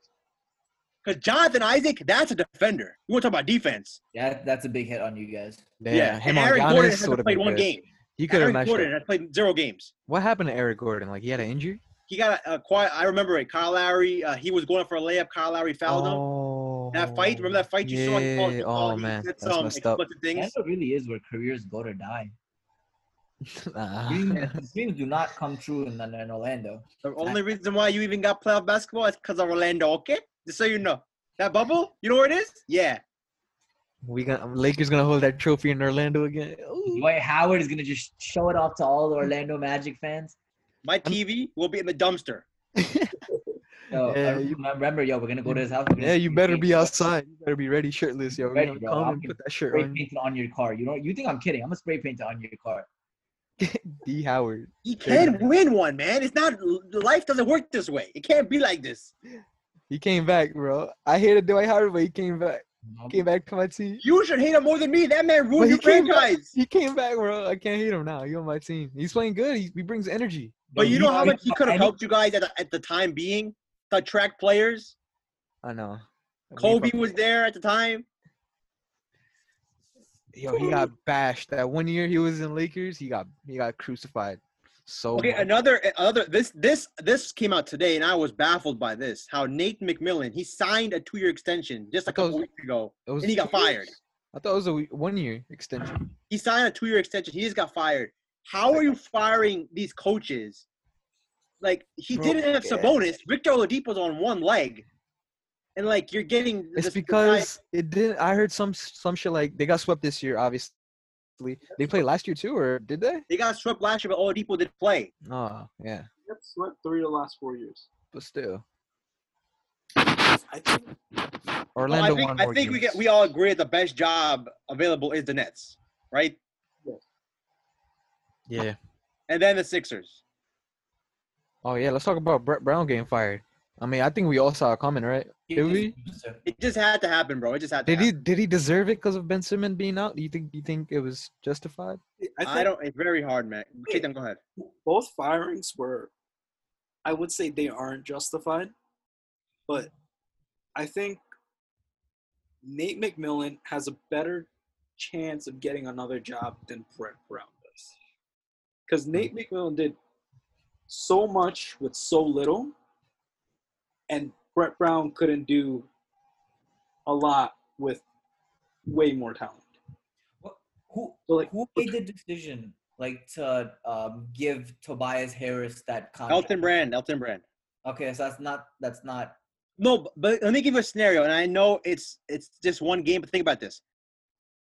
S4: Because Jonathan Isaac, that's a defender. You want to talk about defense?
S2: yeah, that's a big hit on you guys.
S1: yeah, him
S4: and
S1: on
S4: Aaron
S1: Giannis
S4: Gordon hasn't
S1: would've
S4: played
S1: been
S4: one
S1: good.
S4: game.
S1: He could have
S4: Aaron
S1: matched. up.
S4: Gordon has played zero games.
S1: What happened to Eric Gordon? Like he had an injury.
S4: He got a, a quiet. I remember it. Kyle Lowry. Uh, he was going for a layup. Kyle Lowry fouled him.
S1: oh,
S4: That fight, remember that fight you
S1: yeah.
S4: saw? He called- he
S1: oh
S4: called- he
S1: man,
S4: said
S1: that's
S4: some
S1: messed up.
S4: explicit things.
S2: That really is where careers go to die.
S1: Nah.
S2: Dreams, dreams do not come true in, in Orlando.
S4: The only reason why you even got playoff basketball is because of Orlando, okay? Just so you know. That bubble, you know where it is? Yeah.
S1: we got Lakers gonna hold that trophy in Orlando again. Ooh.
S2: Dwight Howard is gonna just show it off to all the Orlando Magic fans.
S4: My TV will be in the dumpster.
S2: Yo,
S1: Yeah,
S2: I
S1: you-
S2: uh, remember, yo, we're gonna go to his house. we're gonna
S1: Yeah, you
S2: spray
S1: better be
S2: paint-
S1: outside. You better be ready shirtless, yo. We're
S2: Ready,
S1: gonna
S2: bro.
S1: come
S2: I'm
S1: and
S2: gonna
S1: put that shirt
S2: Spray
S1: on
S2: paint it on your car. You know, you think I'm kidding? I'm gonna spray paint it on your car.
S1: D Howard.
S4: He can win one, man. It's not life doesn't work this way. It can't be like this.
S1: He came back, bro. I hated Dwight Howard, but he came back. Came back to my team.
S4: You should hate him more than me. That man
S1: But
S4: ruined
S1: he
S4: your
S1: came back.
S4: franchise.
S1: He came back, bro. I can't hate him now. He on my team. He's playing good. He, he brings energy.
S4: But you know how much he could have
S2: any-
S4: helped you guys at the, at the time being? The track players.
S1: I know. We
S4: Kobe
S1: fuck-
S4: was there at the time.
S1: Yo, he got bashed. That one year he was in Lakers, he got he got crucified. So
S4: Okay,
S1: much.
S4: another another this this this came out today, and I was baffled by this. How Nate McMillan he signed a two year extension just a
S1: Because-
S4: couple weeks ago.
S1: It was
S4: and he got
S1: two years.
S4: fired.
S1: I thought it was a one year extension.
S4: He signed a two year extension. He just got fired. How are you firing these coaches? Like he
S1: Bro,
S4: didn't have
S1: yeah.
S4: Sabonis. Victor Oladipo's on one leg, and like you're getting.
S1: It's
S4: this guy-
S1: because it didn't. I heard some some shit like they got swept this year. Obviously, they played last year too, or did they?
S4: they got swept last year, but Oladipo didn't play.
S1: Oh, yeah.
S3: Yep, swept three of the last four years.
S1: But still,
S3: I think
S4: So
S1: Orlando
S4: Oh, I
S1: won
S4: think, I
S1: more
S4: think we
S1: games.
S4: get we all agree that the best job available is the Nets, right?
S1: Yeah.
S4: and then the Sixers.
S1: Oh yeah, let's talk about Brett Brown getting fired. I mean, I think we all saw it coming, right? Did we?
S4: It just had to happen, bro. It just had to.
S1: Did he
S4: happen.
S1: did he deserve it because of Ben Simmons being out? Do you think you think it was justified?
S3: I think
S4: I don't. It's very hard, man. Keaton, go ahead.
S3: both firings were, I would say they aren't justified, but I think Nate McMillan has a better chance of getting another job than Brett Brown does.
S1: Hmm.
S3: Because Nate McMillan did so much with so little, and Brett Brown couldn't do a lot with way more talent.
S2: Who
S3: So, like,
S2: who made the decision like to um, give Tobias Harris that contract?
S4: Elton Brand. Elton Brand.
S2: Okay, so that's not that's not
S4: No, b- but let me give you a scenario, and I know it's it's just one game, but think about this.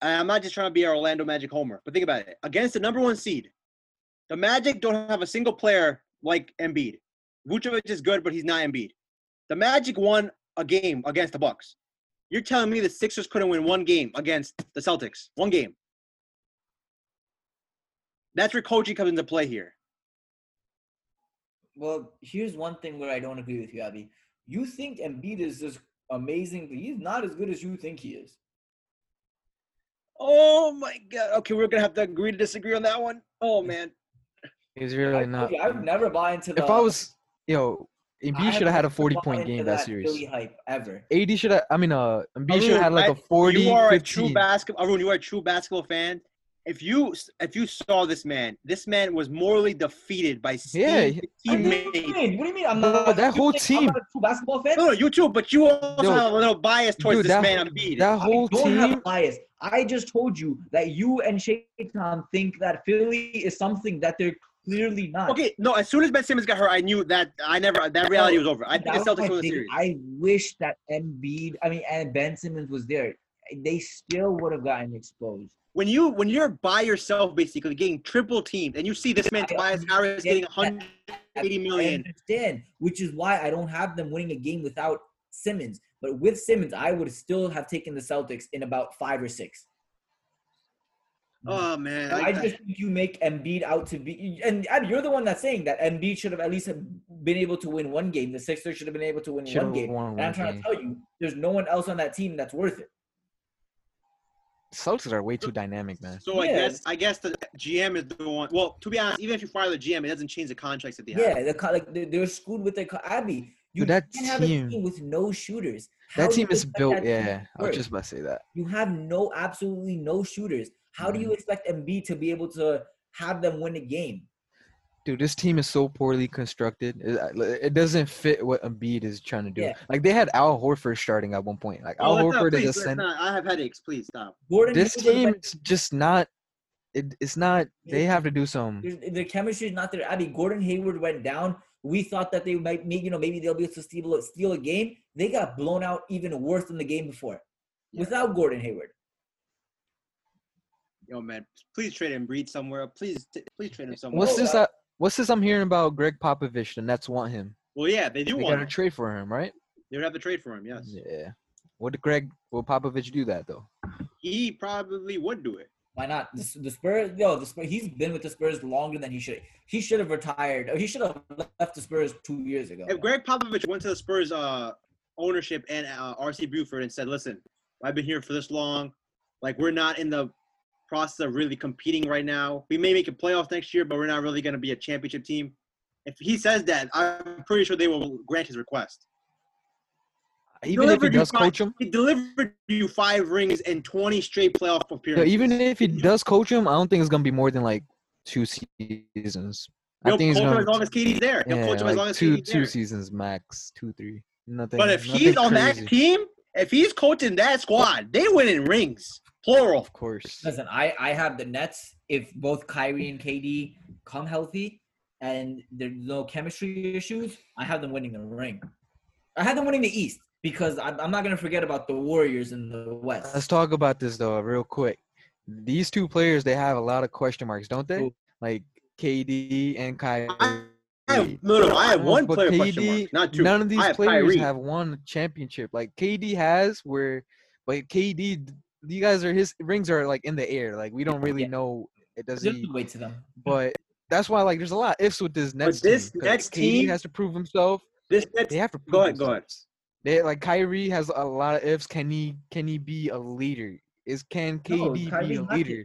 S4: And I'm not just trying to be our Orlando Magic homer, but think about it. Against the number one seed, the Magic don't have a single player like Embiid. Vucevic is good, but he's not Embiid. The Magic won a game against the Bucks. You're telling me the Sixers couldn't win one game against the Celtics? One game. That's where coaching comes into play here.
S2: Well, here's one thing where I don't agree with you, Abby. You think Embiid is this amazing, but he's not as good as you think he is.
S4: Oh my God. Okay, we're gonna have to agree to disagree on that one. Oh man.
S1: He's really not.
S2: Okay, I would never buy into the.
S1: If I was, yo,
S2: I
S1: Embiid should have had a
S2: never
S1: forty
S2: buy
S1: point
S2: into
S1: game that
S2: Philly
S1: series.
S2: hype ever.
S1: AD should have. I mean, uh, Embiid should
S4: Arun,
S1: have had like
S4: I-
S1: a 40,
S4: you are
S1: 15.
S4: a true basketball. Arun, you are a true basketball fan. If you if you saw this man, this man was morally defeated by
S1: Yeah,
S2: What
S4: Steve
S2: do you
S4: teammates.
S2: mean? What do you mean? I'm
S1: Bro,
S2: not
S1: that
S2: you
S1: whole
S2: think I'm
S1: team-
S2: not a true basketball fan.
S4: No, no, you too, but you also
S1: Dude.
S4: have a little bias towards
S1: Dude,
S4: this
S1: that-
S4: man. I'm beat.
S1: That whole
S2: don't have a
S1: team.
S2: bias. I just told you that you and Shaitan think that Philly is something that they're clearly not.
S4: Okay, no. As soon as Ben Simmons got hurt, I knew that I never that reality was over. I think
S2: That's
S4: the Celtics
S2: my
S4: won the
S2: thing.
S4: series.
S2: I wish that Embiid, I mean, and Ben Simmons was there. They still would have gotten exposed.
S4: When you when you're by yourself, basically getting triple teamed, and you see this man
S2: I
S4: Tobias Harris getting 180
S2: I
S4: million.
S2: understand, which is why I don't have them winning a game without Simmons. But with Simmons, I would still have taken the Celtics in about five or six.
S4: Oh man,
S2: I just think you make Embiid out to be, and Abby, you're the one that's saying that Embiid should have at least have been able to win one game. The Sixers should have been able to win
S1: Should
S2: one
S1: have
S2: game.
S1: won
S2: And I'm
S1: one
S2: trying
S1: game.
S2: to tell you, there's no one else on that team that's worth it.
S1: Celtics are way too dynamic, man.
S4: So I
S2: Yeah.
S4: guess I guess the GM is the one. Well, to be honest, even if you fire the GM, it doesn't change the contracts that they have.
S2: Yeah, they're, co- like, they're, they're screwed with their co- Abby. You
S1: Dude, that
S2: can't have a
S1: team-
S2: team with no shooters. How
S1: That
S2: do
S1: team
S2: you
S1: is
S2: expect
S1: built.
S2: that team
S1: Yeah,
S2: to
S1: I was
S2: work?
S1: just about to say that.
S2: You have no, absolutely no shooters. How do you
S1: Mm.
S2: expect Embiid to be able to have them win a game?
S1: Dude, this team is so poorly constructed. It, it doesn't fit what Embiid is trying to do.
S2: Yeah.
S1: Like they had Al Horford starting at one point. Like Al
S4: Oh, let's not-
S1: Horford
S4: please,
S1: is a
S4: let's
S1: center.
S4: not- I have headaches. Please stop.
S2: Gordon
S1: This team
S2: Hayward
S1: is just not. It, it's not. They have to do some.
S2: There's, the chemistry is not there. Abby Gordon Hayward went down. We thought that they might, maybe you know, maybe they'll be able to steal a, steal a game. They got blown out even worse than the game before, without Gordon Hayward.
S4: Yo, man, please trade and breed somewhere. Please, t- please trade him somewhere.
S1: What's
S2: Well,
S1: this?
S2: uh,
S1: Uh, what's this? I'm hearing about Greg Popovich. The Nets want him.
S4: Well, yeah, they do
S1: They
S4: want.
S1: got
S4: Him.
S1: to trade for him, right?
S4: they would have to trade for him. Yes,
S1: Yeah. Would Greg? Will Popovich do that though?
S4: he probably would do it.
S2: Why not? The, S- the Spurs, yo, the Spurs, he's been with the Spurs longer than he should. He should have retired. Or he should have left the Spurs two years ago.
S4: If Greg Popovich went to the Spurs uh, ownership and uh, RC Buford and said, "Listen, I've been here for this long. Like, we're not in the process of really competing right now. We may make a playoffs next year, but we're not really going to be a championship team." If he says that, I'm pretty sure they will grant his request.
S1: Even if he
S4: delivered you
S1: does
S4: five-
S1: coach him.
S4: He delivered you five rings and 20 straight playoff
S1: Yeah,
S4: appearances.
S1: even if he
S4: Yeah.
S1: does coach him, I don't think it's gonna be more than like two seasons. I
S4: He'll
S1: think he's
S4: coach him
S1: gonna
S4: as long as KD's there. He'll
S1: yeah,
S4: coach him
S1: like
S4: as long as
S1: two
S4: KD's
S1: two
S4: there.
S1: seasons max, two three. Nothing.
S4: But if
S1: nothing
S4: he's on that
S1: crazy.
S4: team, if he's coaching that squad, they winning rings, plural.
S1: of course.
S2: Listen, I, I have the Nets. If both Kyrie and KD come healthy and there's no chemistry issues, I have them winning the ring. I have them winning the East because I'm, I'm not going to forget about the Warriors in the
S1: Let's
S2: West.
S1: talk about this though, real quick. These two players, they have a lot of question marks, don't they?
S2: Who?
S1: Like KD and Kyrie.
S4: I have, no, no, I have one
S1: But
S4: player question mark, not two.
S1: None of these
S4: I have
S1: players
S4: Kyrie.
S1: have won a championship. Like KD has, where but KD, you guys are his rings are like in the air. Like we don't really
S2: Yeah.
S1: know It doesn't. e
S2: There's no way to them.
S1: But that's why like there's a lot of ifs with this next
S4: this
S1: team. 'cause
S4: Nets
S1: KD
S4: team-
S1: has to prove himself.
S4: This next,
S1: They have to prove
S4: go ahead, go ahead.
S1: themselves. They like Kyrie has a lot of ifs. Can he can he be a leader? Is can KD be
S2: Kyrie's
S1: a
S2: not
S1: leader?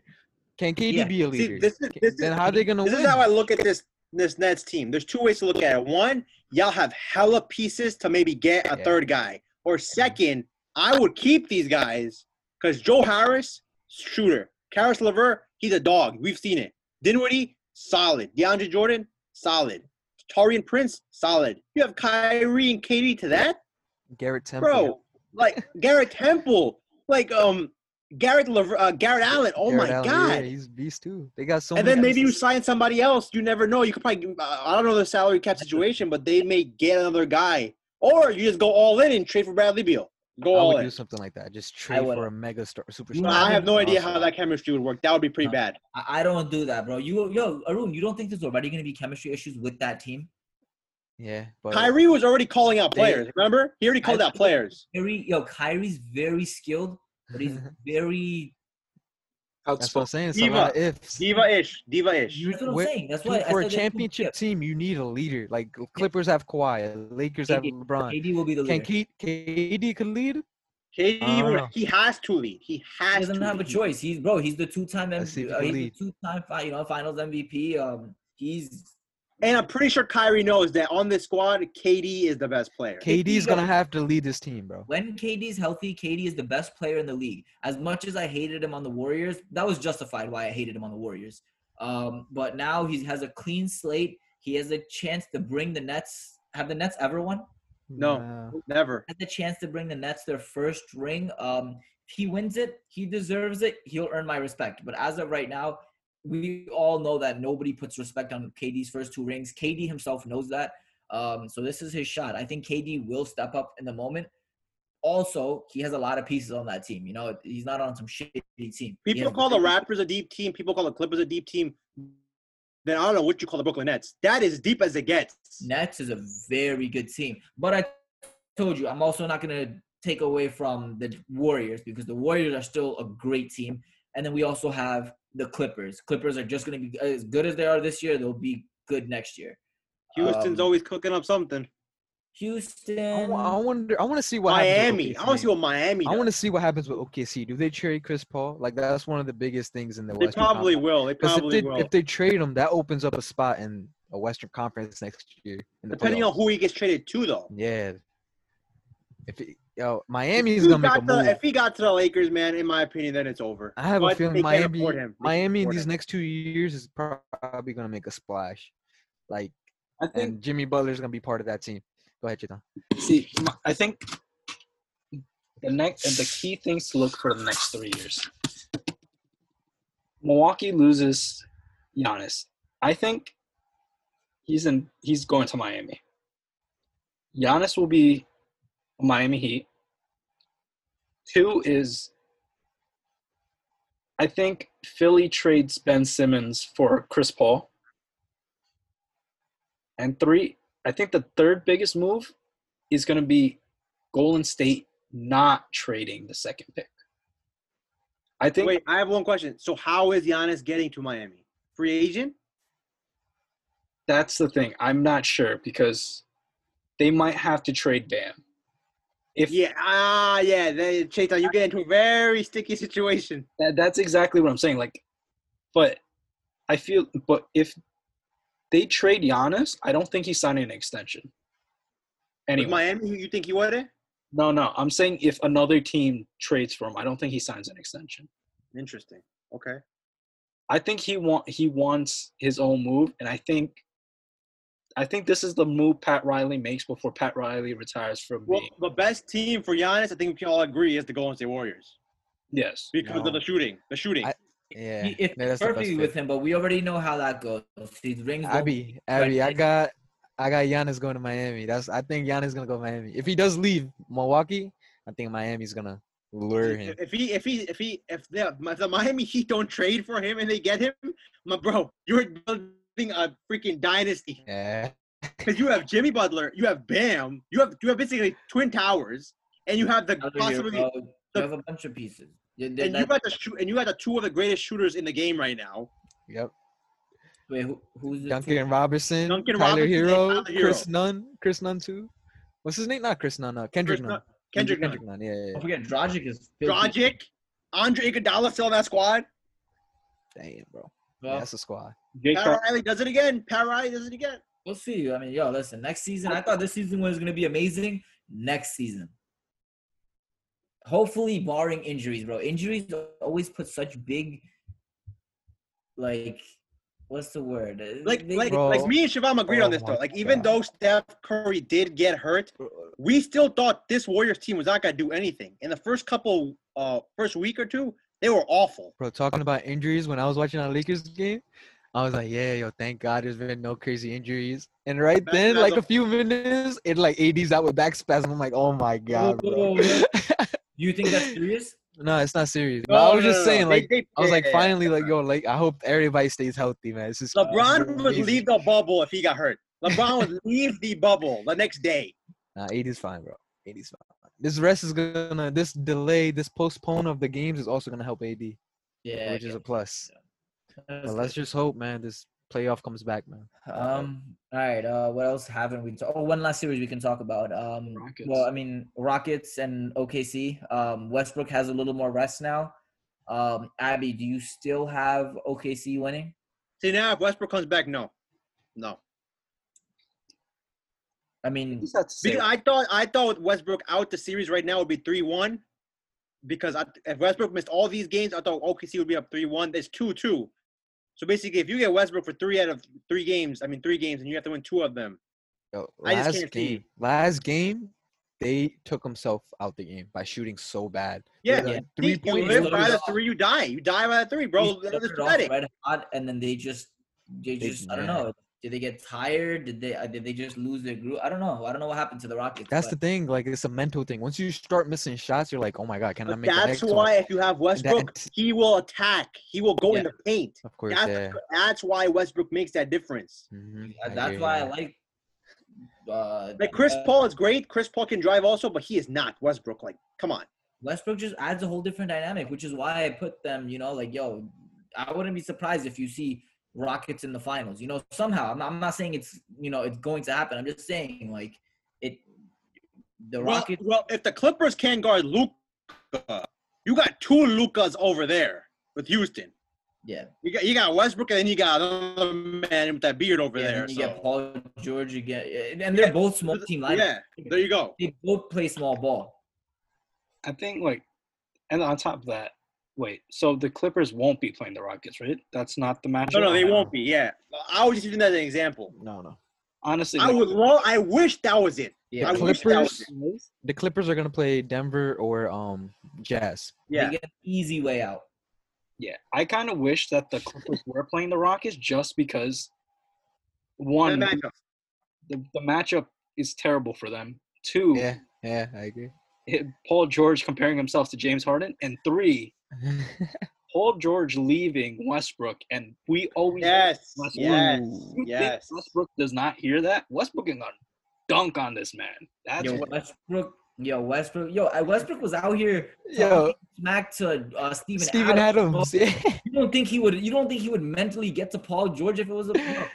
S1: Can KD
S2: Yeah.
S1: be a leader?
S4: See, this is
S1: Ca-
S4: this is
S1: then how they gonna
S4: This
S1: win?
S4: is how I look at this this Nets team. There's two ways to look at it. One, y'all have hella pieces to maybe get a
S1: Yeah.
S4: third guy. Or second, I would keep these guys because Joe Harris, shooter. Karis LeVert, he's a dog. We've seen it. Dinwiddie, solid. DeAndre Jordan, solid. Tarian Prince, solid. You have Kyrie and Katie to that?
S1: Garrett Temple,
S4: Bro, like Garrett Temple, like um Garrett Lever- uh, Garrett Allen. Oh
S1: Garrett
S4: my
S1: Allen,
S4: god
S1: yeah, he's a beast too. They got so.
S4: and
S1: many
S4: then maybe you
S1: pieces.
S4: sign somebody else. You never know. You could probably uh, I don't know the salary cap situation, but they may get another guy, or you just go all in and trade for Bradley Beal. Go
S1: I
S4: all
S1: would
S4: in.
S1: do something like that. Just trade
S2: would.
S1: for a mega star, superstar.
S4: No, I have no idea
S1: Awesome.
S4: how that chemistry would work. That would be pretty
S2: No.
S4: bad.
S2: I, I don't do that, bro. You yo, Arun, you don't think there's already gonna be chemistry issues with that team?
S1: Yeah, but
S4: Kyrie was already calling out
S1: They-
S4: players. Remember, he already called
S2: I-
S4: out players.
S2: Kyrie, yo, Kyrie's very skilled, but he's very
S1: that's what I'm saying. It's a
S4: Diva.
S1: lot of ifs.
S4: Diva-ish, diva-ish.
S2: that's what I'm
S1: Where-
S2: saying. That's
S1: Dude,
S2: why I
S1: for a
S2: said they can
S1: championship
S2: skip.
S1: team, you need a leader. Like Clippers have Kawhi, Lakers have
S2: KD
S1: LeBron.
S2: KD will be the
S1: Can
S2: leader.
S1: Ke- KD could lead?
S4: KD,
S1: I don't
S4: would-
S1: know.
S4: he has to lead. He
S2: he
S4: has
S2: doesn't
S4: to.
S2: have a
S4: lead.
S2: choice. He's bro. He's the two-time
S1: Let's see if he
S2: MVP. Uh,
S1: can
S2: he's the
S1: lead.
S2: two-time fi- you know Finals MVP. Um, he's
S4: And I'm pretty sure Kyrie knows that on this squad, KD is the best player.
S1: KD's
S2: got-
S1: gonna have to lead this team, bro.
S2: when KD is healthy, KD is the best player in the league. As much as I hated him on the Warriors, that was justified why I hated him on the Warriors. Um, but now he has a clean slate. He has a chance to bring the Nets. Have the Nets ever won?
S4: No.
S1: Nah.
S4: Never.
S2: Had the chance to bring the Nets their first ring. Um, if he wins it, he deserves it. He'll earn my respect. But as of right now, we all know that nobody puts respect on KD's first two rings. KD himself knows that. Um, so this is his shot. I think KD will step up in the moment. Also, he has a lot of pieces on that team. You know, he's not on some shitty team. He
S4: People
S2: has
S4: call the Raptors a deep team. People call the Clippers a deep team. Then I don't know what you call the Brooklyn Nets. That is deep as it gets.
S2: Nets is a very good team. But I told you, I'm also not going to take away from the Warriors because the Warriors are still a great team. And then we also have the Clippers. Clippers are just going to be as good as they are this year. They'll be good next year.
S4: Houston's
S2: Um,
S4: always cooking up something.
S1: I,
S2: Houston.
S1: wa- I wonder. I want to see what
S4: Miami.
S1: Happens
S4: I want to see what Miami.
S1: I
S4: does.
S1: want to see what happens with OKC. Do they trade Chris Paul? Like that's one of the biggest things in the
S4: They
S1: Western
S4: probably
S1: Conference.
S4: will. They
S1: 'Cause if
S4: probably
S1: they
S4: will.
S1: if they trade him, that opens up a spot in a Western Conference next year. In the
S4: Depending on
S1: playoffs.
S4: who he gets traded to, though.
S1: Yeah. If it, yo, Miami
S4: If
S1: is
S4: he,
S1: gonna make a
S4: got to,
S1: move.
S4: if he got to the Lakers, man, in my opinion, then it's over.
S1: I have a
S4: But they
S1: feeling
S4: can't
S1: Miami,
S4: afford him. They can't
S1: Miami in
S4: afford
S1: these
S4: him.
S1: next two years is prob- probably gonna make a splash. Like,
S3: I think
S1: and Jimmy Butler's gonna be part of that team. Go ahead, Chetan.
S3: See, m- I think the next the key things to look for the next three years. Milwaukee loses Giannis. I think he's in. He's going to Miami. Giannis will be Miami Heat. Two is, I think Philly trades Ben Simmons for Chris Paul. And three, I think the third biggest move is going to be Golden State not trading the second pick. I think
S4: Wait, I have one question. So how is Giannis getting to Miami? Free agent?
S3: that's the thing. I'm not sure because they might have to trade Bam. If
S4: Yeah. Ah, yeah. They, Chaitan, you get into a very sticky situation.
S3: that, that's exactly what I'm saying. Like, but I feel, but if they trade Giannis, I don't think he's signing an extension.
S4: With
S3: Anyway,
S4: Miami, you- you think he would it?
S3: no, no, I'm saying if another team trades for him, I don't think he signs an extension.
S4: Interesting. Okay.
S3: I think he want he wants his own move, and I think, I think this is the move Pat Riley makes before Pat Riley retires from
S4: Well,
S3: being
S4: the best team for Giannis, I think we can all agree, is the Golden State Warriors
S3: yes.
S4: because
S1: No.
S4: of the shooting. The shooting.
S1: I- Yeah,
S2: He- it's
S1: yeah, that's the best
S2: perfectly with
S1: fit.
S2: him, but we already know how that goes. These rings. don't-
S1: Abby, Abby, I
S2: Right.
S1: got, I got Giannis going to Miami. That's I think Giannis gonna go to Miami. If he does leave Milwaukee, I think Miami's gonna lure him.
S4: if he, if he, if he, if the, if the Miami Heat don't trade for him and they get him, my bro, you're building a freaking dynasty.
S1: Yeah,
S4: Because you have Jimmy Butler, you have Bam, you have you have basically twin towers, and you have the
S2: Another year,
S4: possibility,
S2: bro.
S4: the-
S2: You have a bunch of pieces. Yeah,
S4: and you
S2: that-
S4: got the shoot, and you got the two of the greatest shooters in the game right now.
S1: Yep.
S2: Wait, who, who's the
S1: Duncan
S2: two-
S1: Robinson,
S4: Duncan
S1: Tyler
S4: Robinson and
S1: Hero,
S4: Tyler Hero.
S1: Chris Nunn, Chris Nunn too. What's his name? Not Chris Nunn. Uh, Kendrick
S4: Chris
S1: Nunn.
S4: Nunn- Kendrick Nunn.
S1: Kendrick Nunn. Yeah, yeah,
S2: Don't forget, Dragic is. filthy.
S4: Dragic, Andre Iguodala still on that squad.
S1: yeah. Damn, bro.
S2: Well,
S1: Yeah, that's a squad.
S3: Jake
S4: Pat
S3: Car-
S4: Riley does it again. Pat Riley does it again.
S2: We'll see. I mean, yo, listen. Next season, I thought this season was gonna be amazing. Next season, hopefully, barring injuries, bro. Injuries always put such big, like, what's the word? Uh,
S4: Like,
S2: they-
S4: like,
S1: Bro.
S4: like me and Shivam agreed
S1: Oh
S4: on this
S1: my
S4: though. Like, even
S1: God.
S4: though Steph Curry did get hurt, we still thought this Warriors team was not gonna do anything. In the first couple, uh, first week or two, they were awful.
S1: Bro, talking about injuries, when I was watching our Lakers game, I was like, yeah, yo, thank God there's been no crazy injuries. And right
S4: Back
S1: then,
S4: spasm.
S1: like a few minutes, it like AD's out with back spasm. I'm like, oh my God, bro.
S2: whoa, whoa. you think that's serious?
S1: no, it's not serious.
S4: No,
S1: But I was
S4: no,
S1: just
S4: Oh, no, no.
S1: saying,
S4: They-
S1: like,
S4: they-
S1: I was like,
S4: yeah.
S1: finally, like, yo, like, I hope everybody stays healthy, man. It's just
S4: LeBron would
S1: amazing.
S4: leave the bubble if he got hurt. LeBron would leave the bubble the next day.
S1: Nah, 80's fine, bro. 80's fine. This rest is gonna, this delay, this postpone of the games is also gonna help AD,
S2: Yeah,
S1: which is a plus.
S2: that's
S1: But let's just hope, man, this playoff comes back, man.
S2: Um. All right. Uh. What else haven't we? Talk- oh, one last series we can talk about. Um.
S3: Rockets.
S2: Well, I mean, Rockets and OKC. Um. Westbrook has a little more rest now. Um. Abby, do you still have OKC winning?
S4: See now, if Westbrook comes back, no, no.
S2: I mean,
S4: Because I thought I thought with Westbrook out the series right now would be three one, because I, if Westbrook missed all these games, I thought OKC would be up three one. It's two two, so basically, if you get Westbrook for three out of three games, I mean three games, and you have to win two of them,
S1: Yo,
S4: I just
S1: last
S4: can't see.
S1: game, last game, they took himself out the game by shooting so bad. They
S4: yeah,
S1: were, like, three
S4: three you
S1: points.
S4: live
S2: lose.
S4: by the three, you die, you die by the three, bro.
S2: we
S4: That's
S2: started off
S4: pathetic.
S2: red hot, and then they just, they
S1: They-
S2: just. I don't
S1: yeah.
S2: know. Did they get tired? Did they? Uh, did they just lose their group? I don't know. I don't know what happened to the Rockets.
S1: That's the
S2: but
S1: thing. Like it's a mental thing. Once you start missing shots, you're like, oh my god, can I
S4: But
S1: make the
S4: that's
S1: next
S4: why
S1: one?
S4: if you have Westbrook, he will attack. He will go in the paint.
S1: Of course,
S4: That's,
S1: yeah.
S4: that's why Westbrook makes that difference.
S1: Mhm,
S2: that-
S1: I
S2: that's
S1: hear
S2: why I
S1: you.
S2: like. Uh,
S4: Like Chris
S2: uh,
S4: Paul is great. Chris Paul can drive also, but he is not Westbrook. Like, come on.
S2: Westbrook just adds a whole different dynamic, which is why I put them, you know, like, yo, I wouldn't be surprised if you see Rockets in the finals. You know, somehow. I'm not, I'm not saying it's, you know, it's going to happen. I'm just saying, like, it, the
S4: Well,
S2: Rockets.
S4: well, if the Clippers can guard Luca, you got two Lucas over there with Houston.
S2: Yeah.
S4: You got you got Westbrook and then you got another man with that beard over
S2: yeah,
S4: there.
S2: and you
S4: so-
S2: get Paul George again. And they're
S4: Yeah.
S2: both small team lineups.
S4: yeah, there you go.
S2: They both play small ball.
S3: I think like, and on top of that, wait. So the Clippers won't be playing the Rockets, right? That's not the matchup.
S4: No, no, they won't be. Yeah, I was just using that as an example.
S1: No, no.
S3: Honestly,
S4: I
S3: like,
S4: would love. I wish that was it.
S2: Yeah.
S4: I
S1: The
S4: wish that was
S1: Clippers-
S4: it.
S1: The Clippers are gonna play Denver or um Jazz.
S4: Yeah.
S2: They get an easy way out.
S3: Yeah, I kind of wish that the Clippers were playing the Rockets just because one,
S4: Bad matchup.
S3: the, the matchup is terrible for them. Two,
S1: Yeah, yeah, I agree.
S3: it- Paul George comparing himself to James Harden, and three, Paul George leaving Westbrook, and we always
S4: Yes.
S3: Westbrook.
S4: Yes.
S1: Ooh.
S3: You
S4: Yes.
S3: think Westbrook does not hear that? Westbrook can gonna dunk on this man. That's
S2: Yo,
S3: what
S2: Westbrook. Yo, Westbrook. Yo, I- Westbrook was out here
S1: Yo,
S2: talking smack to uh, Steven,
S1: Steven Adams. Yeah.
S2: You don't think he would? You don't think he would mentally get to Paul George if it was a? No.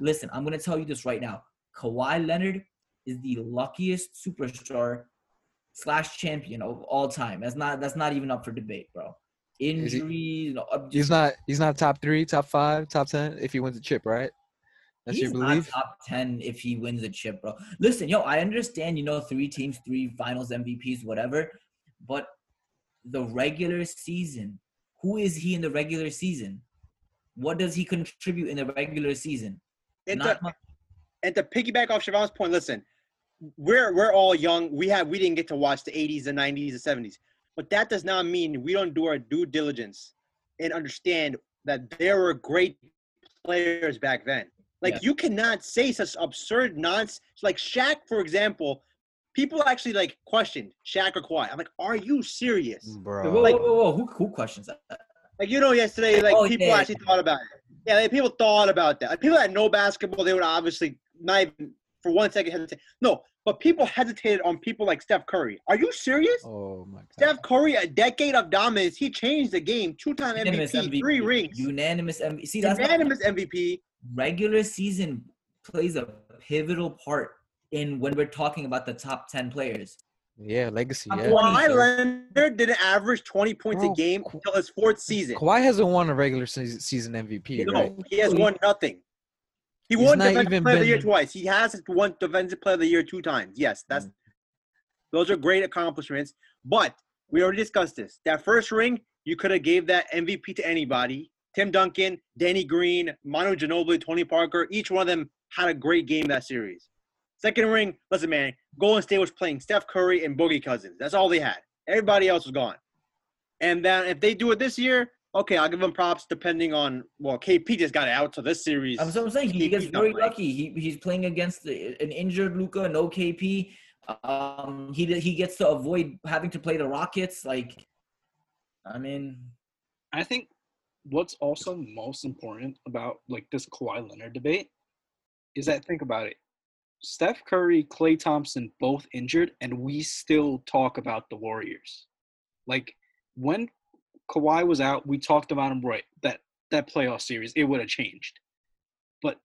S2: Listen, I'm gonna tell you this right now. Kawhi Leonard is the luckiest superstar slash champion of all time. That's not that's not even up for debate, bro.
S1: Is he-
S2: Injuries, no, up-
S1: He's not. He's not top three, top five, top ten. If he wins the chip, right? That's your
S2: He's not
S1: belief.
S2: top ten if he wins the chip, bro. Listen, yo, I understand, you know, three teams, three finals MVPs, whatever, but the regular season, who is he in the regular season? What does he contribute in the regular season?
S4: It's
S2: Not
S4: a-
S2: much.
S4: and to piggyback off Siobhan's point, listen, we're we're all young. We have we didn't get to watch the 80s, the 90s, the 70s, but that does not mean we don't do our due diligence and understand that there were great players back then. Like
S2: Yeah.
S4: you cannot say such absurd nonsense. Like Shaq, for example, people actually like questioned Shaq or Kawhi. I'm like, are you serious?
S1: Bro.
S2: Whoa, whoa, whoa, whoa. Who, who questions that?
S4: Like you know, yesterday, like
S2: Oh,
S4: people
S2: yeah.
S4: actually thought about it. Yeah, like, people thought about that. Like, people that know basketball, they would obviously not even for one second hesitate. No, but people hesitated on people like Steph Curry. Are you serious?
S1: Oh my god.
S4: Steph Curry, a decade of dominance, he changed the game. Two-time MVP,
S2: Unanimous MVP.
S4: three rings,
S2: Unanimous MVP. See, that's not
S4: unanimous MVP.
S2: regular season plays a pivotal part in when we're talking about the top 10 players.
S1: Yeah, legacy.
S2: I'm
S1: Yeah.
S2: wa-
S4: Kawhi
S2: 20,
S4: Leonard didn't average 20 points
S1: Bro,
S4: a game
S1: Ka-
S4: until his fourth season.
S1: Kawhi hasn't won a regular season season MVP,
S4: No,
S1: right?
S4: he has won nothing. He
S1: He's
S4: won
S1: not
S4: defensive
S1: even
S4: player of the year
S1: been-
S4: twice. He has won defensive player of the year two times. Yes,
S1: Mm.
S4: that's those are great accomplishments. But we already discussed this. That first ring, you could have gave that MVP to anybody. Tim Duncan, Danny Green, Manu Ginobili, Tony Parker. Each one of them had a great game that series. Second ring, listen, man. Golden State was playing Steph Curry and Boogie Cousins. That's all they had. Everybody else was gone. And then if they do it this year, okay, I'll give them props depending on well, KP just got out, so this series.
S2: I'm, so I'm saying he
S4: He-
S2: gets
S4: he's not
S2: very
S4: playing.
S2: lucky. He, he's playing against the- an injured Luca, no KP. Um, he he gets to avoid having to play the Rockets. Like, I mean,
S3: I think what's also most important about like this Kawhi Leonard debate is that think about it. Steph Curry, Klay Thompson both injured, and we still talk about the Warriors. Like when Kawhi was out, we talked about him right that that playoff series, it would have changed. But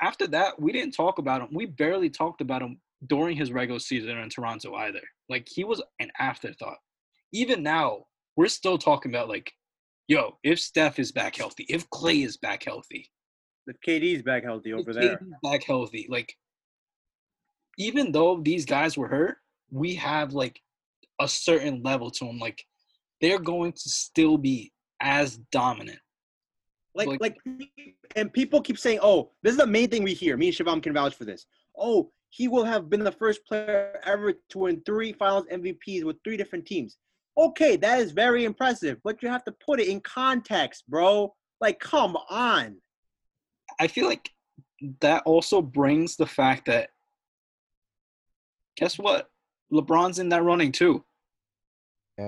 S3: after that, we didn't talk about him. We barely talked about him during his regular season in Toronto either. Like he was an afterthought. Even now, we're still talking about like yo, if Steph is back healthy, if Clay is back healthy,
S4: if KD's back healthy over
S3: if
S4: there.
S3: KD's back healthy, like even though these guys were hurt, we have like a certain level to them. Like they're going to still be as dominant.
S4: Like, like, and people keep saying, "Oh, this is the main thing we hear." Me and Shivam can vouch for this. Oh, he will have been the first player ever to win three Finals MVPs with three different teams. Okay, that is very impressive, but you have to put it in context, bro. Like, come on.
S3: I feel like that also brings the fact that guess what? LeBron's in that running too.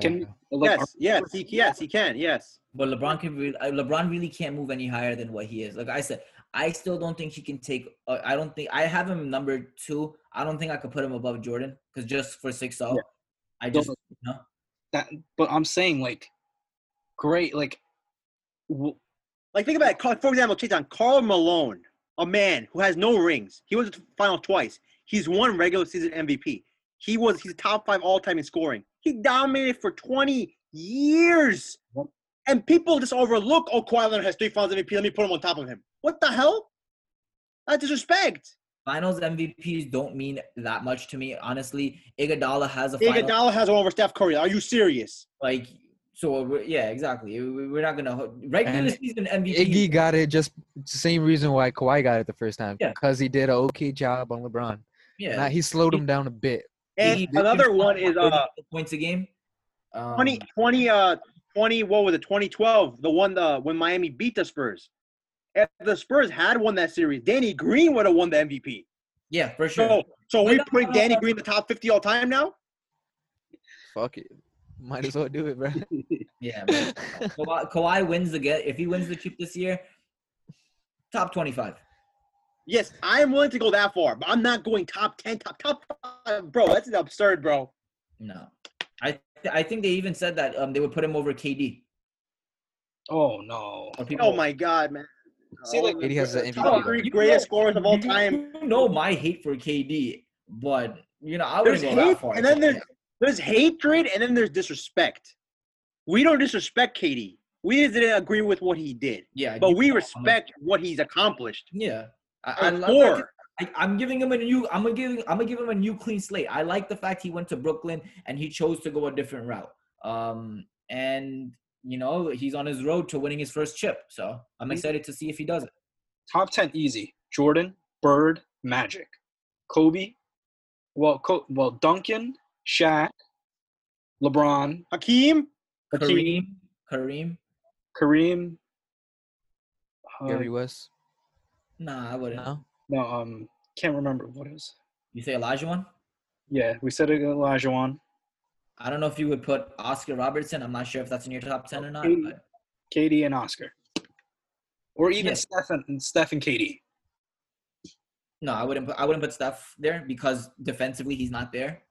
S3: Can
S1: Yeah.
S3: like,
S4: Yes, yes, he, yes, he can. Yes,
S2: but LeBron can re- uh, LeBron really can't move any higher than what he is. Like I said, I still don't think he can take. Uh, I don't think I have him number two. I don't think I could put him above Jordan because just for six zero, I
S3: Don't-
S2: just you know.
S3: that, but I'm saying like, great, like, w-
S4: like think about it. Carl- For example, Chetan, Carl Malone, a man who has no rings. He was to the final twice. He's won regular season MVP. He was he's top five all time in scoring. He dominated for 20 years.
S3: Yep.
S4: And people just overlook, oh, Kawhi Leonard has three finals MVP. Let me put him on top of him. What the hell? That's disrespect.
S2: Finals MVPs don't mean that much to me, honestly. Iguodala has a final.
S4: Iguodala has one over Steph Curry. Are you serious?
S2: Like, so uh, we're, yeah, exactly. We- We're not gonna ho- regular
S1: And
S2: season MVP.
S1: Iggy got it just it's the same reason why Kawhi got it the first time
S2: Yeah.
S1: because he did a okay job on LeBron.
S2: yeah,
S1: Now he slowed him down a bit.
S4: And
S2: Iggy-
S4: another one is uh,
S2: points a game. Um,
S4: 20, 20, uh, 20, what was it, 2012, the one uh, when Miami beat the Spurs. If the Spurs had won that series, Danny Green would have won the MVP.
S2: Yeah, for sure.
S4: So, so
S2: No,
S4: we
S2: no,
S4: put
S2: no,
S4: Danny
S2: no.
S4: Green in the top 50 all time now?
S1: Fuck it, might as well do it, bro.
S2: Yeah, but Kawhi, Kawhi wins the get. If he wins the chip this year, top twenty-five.
S4: Yes, I am willing to go that far, but I'm not going top 10, top, top five. Bro, that's absurd, bro.
S2: No, I th- I think they even said that um they would put him over KD.
S3: oh no.
S2: Or people,
S4: Oh, my God, man.
S3: See, like,
S1: Katie has the MVP
S4: top three
S2: vote.
S4: greatest scorers of all
S2: You
S4: time.
S2: know my hate for KD, but you know I
S4: There's
S2: wouldn't go
S4: hate,
S2: that far.
S4: and then there's, there's hatred, and then there's disrespect. We don't disrespect Katie. We didn't agree with what he did,
S2: yeah,
S4: but
S2: you-
S4: we respect what he's accomplished.
S2: Yeah, I, I
S4: Or
S2: love that-
S4: four.
S2: I, I'm giving him a new. I'm gonna give. I'm gonna give him a new clean slate. I like the fact he went to Brooklyn and he chose to go a different route. Um, and you know he's on his road to winning his first chip. So I'm excited to see if he does it.
S3: Top ten easy. Jordan, Bird, Magic, Kobe, well, Co- well, Duncan, Shaq, LeBron,
S4: Hakeem,
S3: Hakeem,
S2: Kareem, Kareem.
S3: Kareem. uh,
S1: Gary West,
S2: Nah, I wouldn't.
S1: no,
S3: no, um, can't remember what it was.
S2: You say Elijah one?
S3: Yeah, we said it, Elijah one.
S2: I don't know if you would put Oscar Robertson. I'm not sure if that's in your top ten or not.
S3: Okay.
S2: But
S3: Katie and Oscar, or even
S2: Yeah.
S3: Steph and Steph and Katie.
S2: No, I wouldn't. Put, I wouldn't put Steph there because defensively he's not there.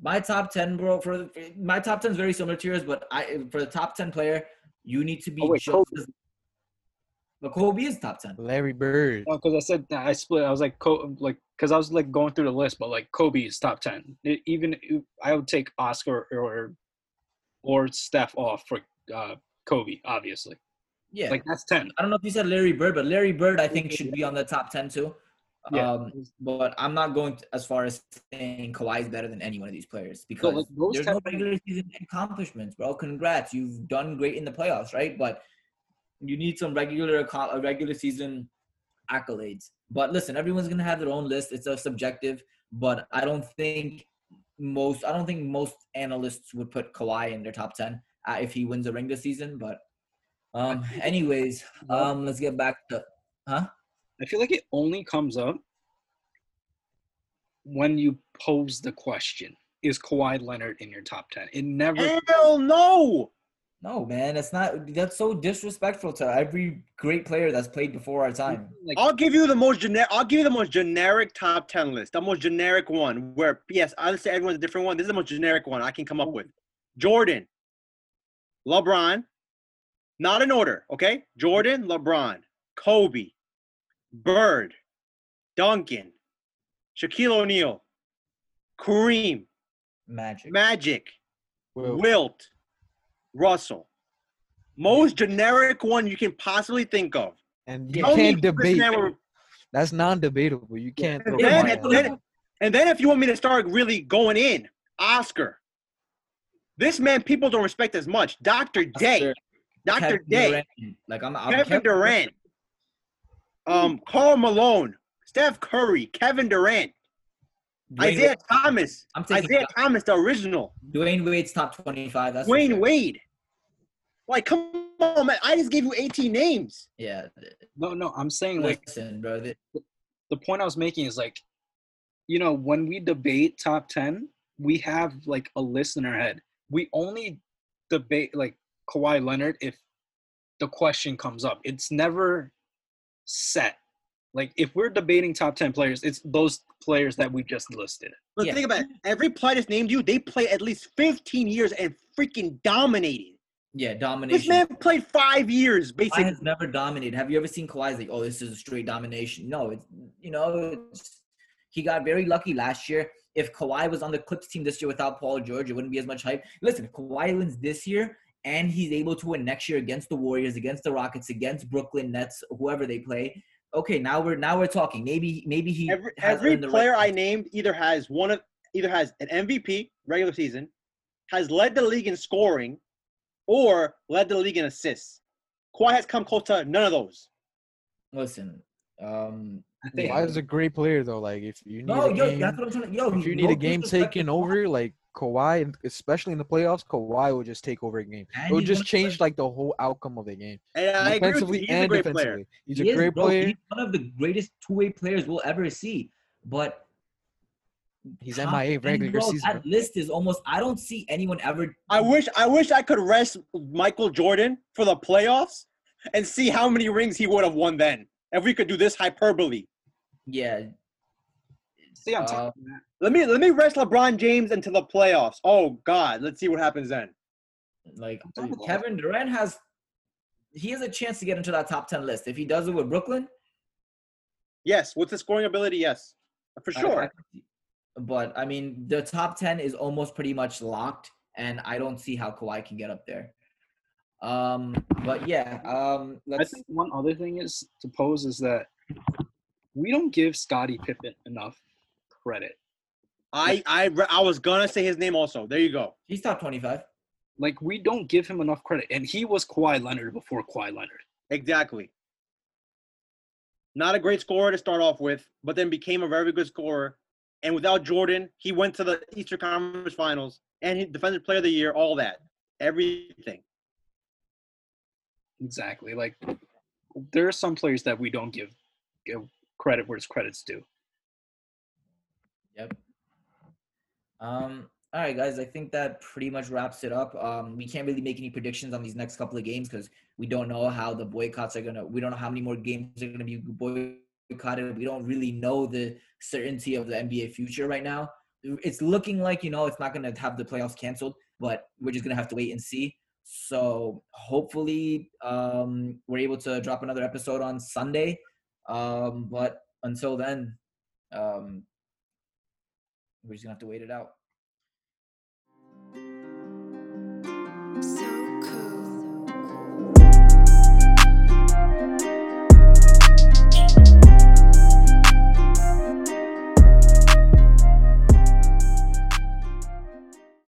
S2: My top ten, bro. For, for my top ten is very similar to yours, but I for the top ten player, you need to be.
S3: Oh, wait,
S2: just
S3: Kobe.
S2: as- but Kobe is top ten.
S1: Larry Bird.
S3: No, because I said nah, I split. I was like, Co- like, because I was like going through the list, but like Kobe is top ten. E- even if- I would take Oscar or or Steph off for uh, Kobe, obviously.
S2: Yeah,
S3: Like that's ten.
S2: I don't know if you said Larry Bird, but Larry Bird I think should be on the top ten too.
S3: Yeah.
S2: Um, but I'm not going t- as far as saying Kawhi is better than any one of these players because
S3: like, those
S2: there's
S3: type
S2: no
S3: of-
S2: regular season accomplishments, bro. Congrats, you've done great in the playoffs, right? But you need some regular acco- uh, regular season accolades. But listen, everyone's gonna have their own list. It's a subjective, but I don't think most I don't think most analysts would put Kawhi in their top ten uh, if he wins a ring this season. But um, anyways, um, let's get back to
S3: I feel like it only comes up when you pose the question: Is Kawhi Leonard in your top ten? It
S4: Eh.
S3: never.
S4: Hell no!
S2: No, man, it's not. That's so disrespectful to every great player that's played before our time.
S3: Like,
S4: I'll give you the most generic. I'll give you the most generic top ten list. The most generic one. Where yes, I say everyone's a different one. This is the most generic one I can come up with. Jordan, LeBron, not in order. Okay, Jordan, LeBron, Kobe, Bird, Duncan, Shaquille O'Neal, Kareem,
S2: Magic.
S4: Magic,
S1: Well,
S4: Wilt, Russell. Most generic one you can possibly think of.
S1: and you
S4: Tell me
S1: can't
S4: who this
S1: debate.
S4: man will-
S1: That's non-debatable. You can't. throw
S4: And then,
S1: Kawhi
S4: and
S1: out.
S4: then- and then if you want me to start really going in, Oscar. This man people don't respect as much. Dr. Day.
S2: Oscar,
S4: Dr.
S2: Kevin
S4: Day.
S2: Durant. Like I'm. I'm
S4: Kevin Durant. Um, Carl Malone. Steph Curry. Kevin Durant.
S2: Dwayne
S4: Isaiah
S2: Wade-
S4: Thomas.
S2: I'm taking
S4: Isaiah Thomas, the original.
S2: Dwayne Wade's top 25. That's for
S4: Wayne
S2: sure.
S4: Wade. Like, come on, man. I just gave you 18 names.
S2: Yeah.
S3: no, no. I'm saying like
S2: Listen, bro. th-
S3: the point I was making is like, you know, when we debate top 10, we have like a list in our head. We only debate like Kawhi Leonard if the question comes up. It's never set. Like if we're debating top 10 players, it's those players that we just listed.
S4: But
S2: Yeah.
S4: think about it. Every player that's named you, they play at least 15 years and freaking dominated.
S2: Yeah,
S4: This
S2: domination.
S4: man played five years,
S2: Kawhi
S4: basically.
S2: has never dominated. Have you ever seen Kawhi's like, oh, this is a straight domination? No, it's you know, it's, he got very lucky last year. If Kawhi was on the Clips team this year without Paul George, it wouldn't be as much hype. Listen, if Kawhi wins this year and he's able to win next year against the Warriors, against the Rockets, against Brooklyn Nets, whoever they play. Okay, now we're now we're talking. Maybe maybe he
S4: Every,
S2: has
S4: every
S2: earned the
S4: player I
S2: right.
S4: named either has one of either has an MVP regular season, has led the league in scoring, or led the league in assists. Kawhi has come close to none of those.
S2: listen. Um,
S3: I think
S1: Kawhi is a great player though. Like if you need
S2: no,
S1: a
S2: yo,
S1: game,
S2: that's what I'm trying to. Yo,
S1: if you
S2: no
S1: need a game
S2: disrespect to
S1: taken
S2: Kawhi.
S1: over, like Kawhi, and especially in the playoffs, Kawhi will just take over a game.
S2: And
S1: It will
S2: he's
S1: just
S2: one of the
S1: change like the whole outcome of the game,
S4: And I agree with you.
S1: offensively
S4: He's a
S1: and
S4: great player.
S1: defensively. He's
S2: He
S1: a
S2: is,
S1: great
S2: bro.
S1: player.
S2: He's one of the greatest two-way players we'll ever see. But
S1: He's
S2: top
S1: MIA
S2: 10,
S1: regular
S2: bro,
S1: season.
S2: That list is almost. I don't see anyone ever.
S4: I wish I wish I could rest Michael Jordan for the playoffs and see how many rings he would have won then. If we could do this hyperbole.
S2: Yeah.
S3: see I'm
S2: Uh,
S3: talking about.
S4: Let me let me rest LeBron James until the playoffs. Oh God, let's see what happens then.
S2: Like
S3: I'm talking about-
S2: Kevin Durant has, he has a chance to get into that top ten list if he does it with Brooklyn.
S4: Yes, with the scoring ability, yes, for
S2: I-
S4: sure.
S2: I- but I mean, the top ten is almost pretty much locked, and I don't see how Kawhi can get up there. Um, but yeah, um,
S3: I
S2: let's.
S3: think one other thing is to pose is that we don't give Scottie Pippen enough credit.
S4: I I re- I was gonna say his name also. There you go.
S2: He's top twenty-five.
S3: Like we don't give him enough credit, and he was Kawhi Leonard before Kawhi Leonard.
S4: Exactly. Not a great scorer to start off with, but then became a very good scorer. And without Jordan, he went to the Eastern Conference Finals and he defended Player of the Year. All that, everything.
S3: Exactly. Like there are some players that we don't give, give credit where it's credits due.
S2: Yep. Um. All right, guys. I think that pretty much wraps it up. Um, we can't really make any predictions on these next couple of games because we don't know how the boycotts are gonna. We don't know how many more games are gonna be boy- boycotted. We don't really know the certainty of the NBA future right now. It's looking like you know it's not going to have the playoffs canceled, but we're just going to have to wait and see. So hopefully um, we're able to drop another episode on Sunday. Um, but until then, um, we're just gonna have to wait it out.
S5: So